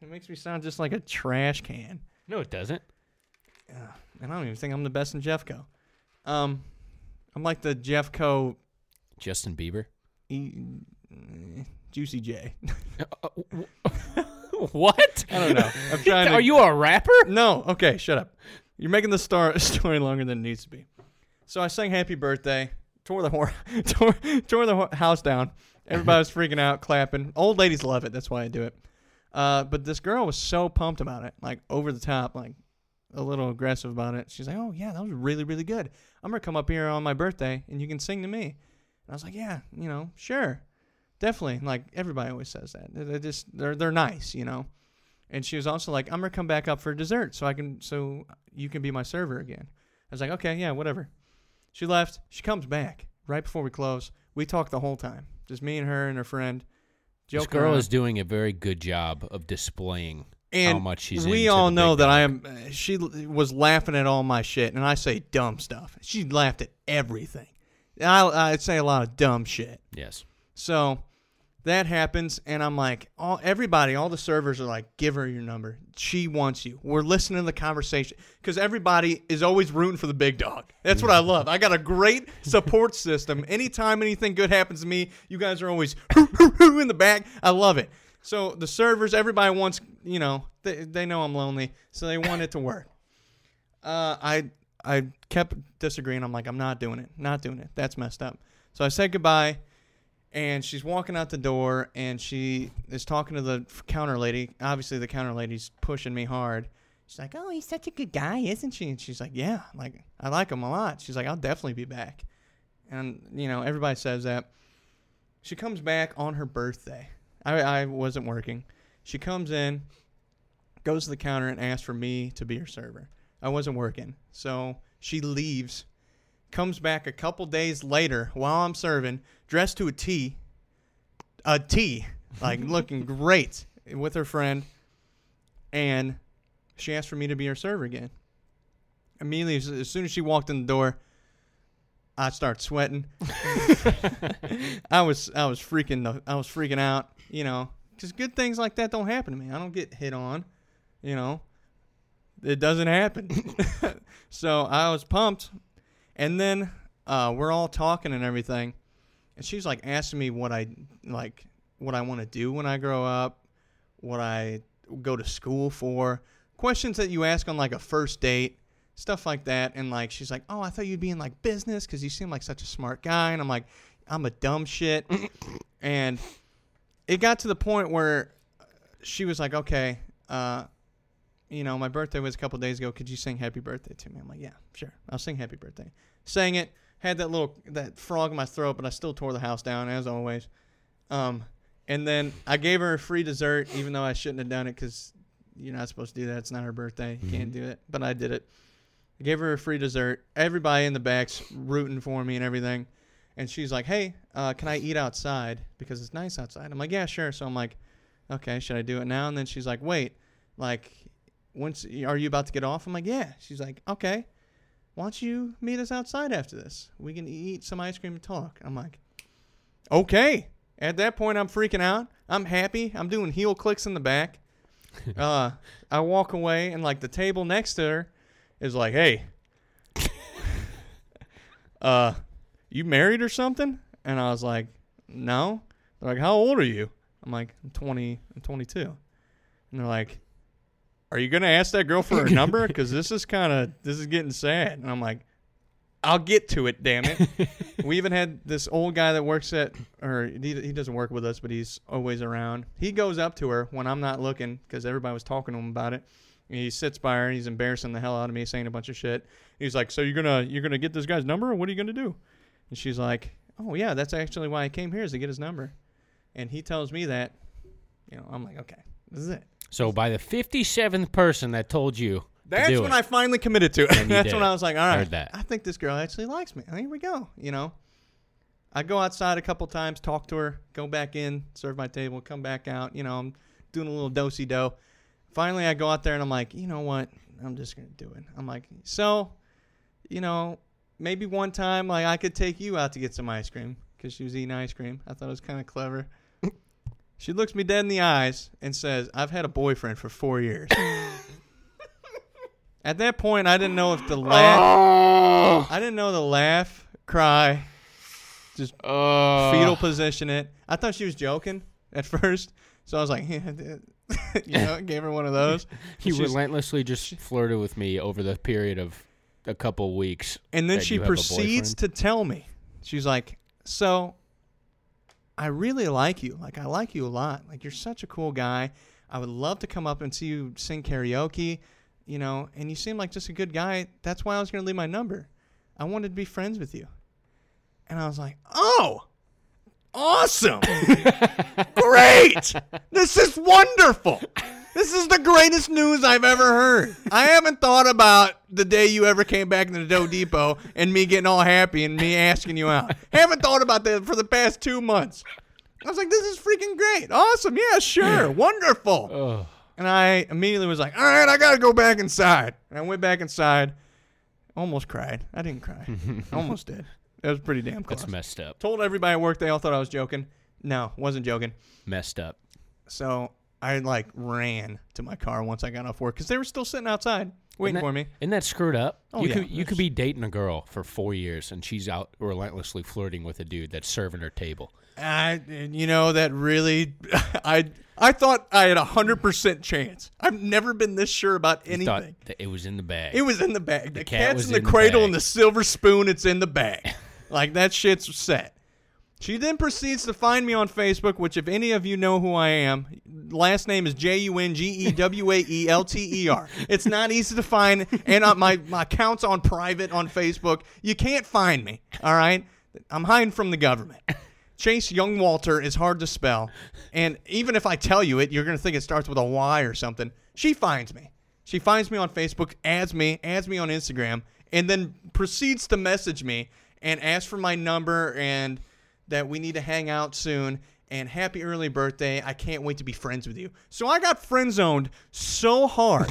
[SPEAKER 1] it makes me sound just like a trash can.
[SPEAKER 2] No, it doesn't.
[SPEAKER 1] And I don't even think I'm the best in Jeffco. Um, I'm like the Jeffco
[SPEAKER 2] Justin Bieber.
[SPEAKER 1] e- eh, Juicy J.
[SPEAKER 2] What?
[SPEAKER 1] I don't know. I'm trying to.
[SPEAKER 2] Are you a rapper?
[SPEAKER 1] No. Okay, shut up. You're making the star story longer than it needs to be. So I sang "Happy Birthday," tore the whore, tore, tore the whor- house down. Everybody was freaking out, clapping. Old ladies love it. That's why I do it. Uh, but this girl was so pumped about it, like over the top, like a little aggressive about it. She's like, "Oh yeah, that was really really good. I'm gonna come up here on my birthday and you can sing to me." And I was like, "Yeah, you know, sure, definitely." Like everybody always says that. They- They just they're they're nice, you know. And she was also like, "I'm gonna come back up for dessert, so I can, so you can be my server again." I was like, "Okay, yeah, whatever." She left. She comes back right before we close. We talk the whole time, just me and her and her friend.
[SPEAKER 2] This
[SPEAKER 1] joking
[SPEAKER 2] girl
[SPEAKER 1] around.
[SPEAKER 2] is doing a very good job of displaying
[SPEAKER 1] and
[SPEAKER 2] how much she's.
[SPEAKER 1] We
[SPEAKER 2] into
[SPEAKER 1] all
[SPEAKER 2] the
[SPEAKER 1] know
[SPEAKER 2] big
[SPEAKER 1] that
[SPEAKER 2] dog.
[SPEAKER 1] I am. uh, She l- was laughing at all my shit, and I say dumb stuff. She laughed at everything. I I say a lot of dumb shit.
[SPEAKER 2] Yes.
[SPEAKER 1] So that happens, and I'm like, all everybody, all the servers are like, give her your number. She wants you. We're listening to the conversation because everybody is always rooting for the big dog. That's what I love. I got a great support system. Anytime anything good happens to me, you guys are always in the back. I love it. So the servers, everybody wants, you know, they, they know I'm lonely, so they want it to work. Uh, I I kept disagreeing. I'm like, I'm not doing it. Not doing it. That's messed up. So I said goodbye and she's walking out the door and she is talking to the f- counter lady. Obviously, the counter lady's pushing me hard. She's like, "Oh, he's such a good guy, isn't she?" And she's like, "Yeah, like I like him a lot." She's like, "I'll definitely be back." And you know, everybody says that. She comes back on her birthday. I, I wasn't working. She comes in, goes to the counter and asks for me to be her server. I wasn't working, so she leaves comes back a couple days later while I'm serving, dressed to a T, a T, like looking great with her friend, and she asked for me to be her server again. Immediately, as- as soon as she walked in the door, I start sweating. I was I was freaking the, I was freaking out, you know, because good things like that don't happen to me. I don't get hit on, you know. It doesn't happen. so I was pumped. And then uh, we're all talking and everything, and she's like asking me what I like, what I want to do when I grow up, what I go to school for, questions that you ask on like a first date, stuff like that. And like she's like, "Oh, I thought you'd be in like business because you seem like such a smart guy," and I'm like, "I'm a dumb shit." and it got to the point where she was like, "Okay." Uh, you know, my birthday was a couple days ago. Could you sing happy birthday to me? I'm like, yeah, sure. I'll sing happy birthday. Sang it, had that little that frog in my throat, but I still tore the house down as always. Um, and then I gave her a free dessert, even though I shouldn't have done it because you're not supposed to do that. It's not her birthday. You can't do it. But I did it. I gave her a free dessert. Everybody in the back's rooting for me and everything. And she's like, hey, uh, can I eat outside? Because it's nice outside. I'm like, yeah, sure. So I'm like, okay, should I do it now? And then she's like, wait, like, once are you about to get off? I'm like, yeah. She's like, okay. Why don't you meet us outside after this? We can eat some ice cream and talk. I'm like, okay. At that point, I'm freaking out. I'm happy. I'm doing heel clicks in the back. uh, I walk away, and like the table next to her is like, hey, uh, you married or something? And I was like, no. They're like, how old are you? I'm like, I'm 20, I'm 22. And they're like, are you going to ask that girl for her number? Because this is kind of, this is getting sad. And I'm like, I'll get to it, damn it. we even had this old guy that works at, or he, he doesn't work with us, but he's always around. He goes up to her when I'm not looking because everybody was talking to him about it. And he sits by her and he's embarrassing the hell out of me, saying a bunch of shit. He's like, "So you're gonna you're gonna get this guy's number? Or what are you gonna do?" And she's like, "Oh yeah, that's actually why I came here is to get his number." And he tells me that, you know, I'm like, "Okay, this is it."
[SPEAKER 2] So by the 57th person that told you,
[SPEAKER 1] That's
[SPEAKER 2] to do
[SPEAKER 1] when
[SPEAKER 2] it,
[SPEAKER 1] I finally committed to it.
[SPEAKER 2] you
[SPEAKER 1] That's
[SPEAKER 2] did
[SPEAKER 1] when
[SPEAKER 2] it.
[SPEAKER 1] I was like, all right,
[SPEAKER 2] Heard that.
[SPEAKER 1] I think this girl actually likes me. Here we go. You know, I go outside a couple times, talk to her, go back in, serve my table, come back out. You know, I'm doing a little dosey do. Finally, I go out there and I'm like, you know what? I'm just gonna do it. I'm like, so, you know, maybe one time like I could take you out to get some ice cream because she was eating ice cream. I thought it was kind of clever. she looks me dead in the eyes and says, "I've had a boyfriend for four years." At that point, I didn't know if the laugh, I didn't know the laugh, cry, just
[SPEAKER 2] Uh.
[SPEAKER 1] fetal position it. I thought she was joking at first, so I was like, you know, gave her one of those.
[SPEAKER 2] you
[SPEAKER 1] She's-
[SPEAKER 2] relentlessly just flirted with me over the period of a couple weeks.
[SPEAKER 1] And then
[SPEAKER 2] that
[SPEAKER 1] she
[SPEAKER 2] you have a
[SPEAKER 1] proceeds
[SPEAKER 2] boyfriend.
[SPEAKER 1] to tell me, she's like, "So, I really like you. Like, I like you a lot. Like, you're such a cool guy. I would love to come up and see you sing karaoke, you know. And you seem like just a good guy. That's why I was gonna leave my number. I wanted to be friends with you." And I was like, "Oh." Awesome! Great! This is wonderful! This is the greatest news I've ever heard. I haven't thought about the day you ever came back into the Dough Depot and me getting all happy and me asking you out. Haven't thought about that for the past two months. I was like, this is freaking great. Awesome. Yeah, sure. Wonderful. And I immediately was like, all right, I got to go back inside. And I went back inside, almost cried. I didn't cry, I almost did. That was pretty damn close.
[SPEAKER 2] That's messed up.
[SPEAKER 1] Told everybody at work they all thought I was joking. No, wasn't joking.
[SPEAKER 2] Messed up.
[SPEAKER 1] So I like ran to my car once I got off work because they were still sitting outside waiting
[SPEAKER 2] Isn't
[SPEAKER 1] for
[SPEAKER 2] that-
[SPEAKER 1] me.
[SPEAKER 2] Isn't that screwed up?
[SPEAKER 1] Oh,
[SPEAKER 2] you
[SPEAKER 1] yeah.
[SPEAKER 2] could you could be dating a girl for four years and she's out relentlessly flirting with a dude that's serving her table.
[SPEAKER 1] I, and you know, that really, I, I thought I had a hundred percent chance. I've never been this sure about
[SPEAKER 2] You thought
[SPEAKER 1] anything.
[SPEAKER 2] that it was in the bag.
[SPEAKER 1] It was in the bag. The,
[SPEAKER 2] cat
[SPEAKER 1] cat's
[SPEAKER 2] was
[SPEAKER 1] in the
[SPEAKER 2] in the
[SPEAKER 1] cradle
[SPEAKER 2] bag.
[SPEAKER 1] and the silver spoon. It's in the bag. like that shit's set. She then proceeds to find me on Facebook, which, if any of you know who I am, last name is J U N G E W A E L T E R. It's not easy to find, and uh, my, my account's on private on Facebook. You can't find me, all right? I'm hiding from the government. Chase Young Walter is hard to spell, and even if I tell you it, you're going to think it starts with a Y or something. She finds me. She finds me on Facebook, adds me, adds me on Instagram, and then proceeds to message me and ask for my number and that we need to hang out soon and happy early birthday. I can't wait to be friends with you. So I got friend zoned so hard,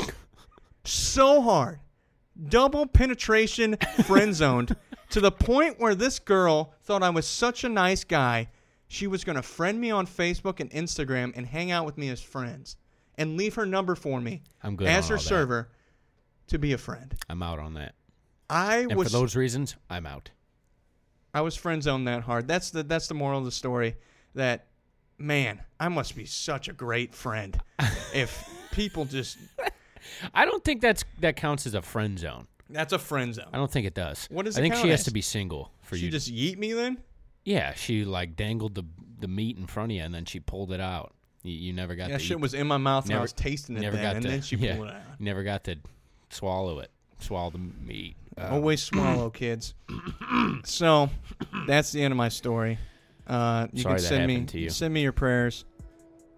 [SPEAKER 1] so hard, double penetration friend zoned to the point where this girl thought I was such a nice guy. She was going to friend me on Facebook and Instagram and hang out with me as friends and leave her number for me
[SPEAKER 2] I'm good
[SPEAKER 1] as
[SPEAKER 2] on
[SPEAKER 1] her
[SPEAKER 2] all that.
[SPEAKER 1] server to be a friend.
[SPEAKER 2] I'm out on that.
[SPEAKER 1] I
[SPEAKER 2] And
[SPEAKER 1] was
[SPEAKER 2] for those reasons, I'm out.
[SPEAKER 1] I was friend zoned that hard. That's the that's the moral of the story. That man, I must be such a great friend. if people just
[SPEAKER 2] I don't think that's that counts as a friend zone.
[SPEAKER 1] that's a friend
[SPEAKER 2] I
[SPEAKER 1] zone.
[SPEAKER 2] don't think it does.
[SPEAKER 1] What does
[SPEAKER 2] I
[SPEAKER 1] it
[SPEAKER 2] think
[SPEAKER 1] count
[SPEAKER 2] she has
[SPEAKER 1] as?
[SPEAKER 2] to be single for
[SPEAKER 1] She
[SPEAKER 2] you. to-
[SPEAKER 1] just yeet me then?
[SPEAKER 2] yeah, she like dangled the the meat in front of you and then she pulled it out. You, you never got
[SPEAKER 1] That
[SPEAKER 2] to eat-
[SPEAKER 1] shit was in my mouth and I
[SPEAKER 2] never-
[SPEAKER 1] was tasting it
[SPEAKER 2] never
[SPEAKER 1] then,
[SPEAKER 2] got
[SPEAKER 1] and
[SPEAKER 2] to-
[SPEAKER 1] then she
[SPEAKER 2] yeah,
[SPEAKER 1] pulled it out.
[SPEAKER 2] You never got to swallow it. Swallow the meat. Uh,
[SPEAKER 1] Always swallow, kids. so that's the end of my story. Uh, you
[SPEAKER 2] Sorry
[SPEAKER 1] can
[SPEAKER 2] that
[SPEAKER 1] send me
[SPEAKER 2] happened to you.
[SPEAKER 1] send me your prayers,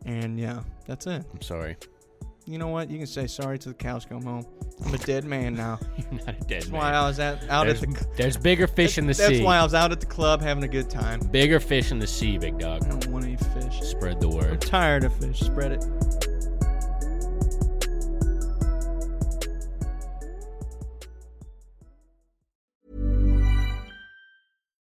[SPEAKER 1] and yeah, that's it.
[SPEAKER 2] I'm sorry.
[SPEAKER 1] You know what? You can say sorry to the cows come home. I'm a dead man now.
[SPEAKER 2] You're not a dead
[SPEAKER 1] That's
[SPEAKER 2] man.
[SPEAKER 1] why I was at, out
[SPEAKER 2] there's,
[SPEAKER 1] at the.
[SPEAKER 2] there's bigger fish in the
[SPEAKER 1] that's
[SPEAKER 2] sea.
[SPEAKER 1] why I was out at the club having a good time.
[SPEAKER 2] Bigger fish in the sea, big dog.
[SPEAKER 1] I don't want to eat fish.
[SPEAKER 2] Spread the
[SPEAKER 1] I'm
[SPEAKER 2] word.
[SPEAKER 1] tired of fish. Spread it.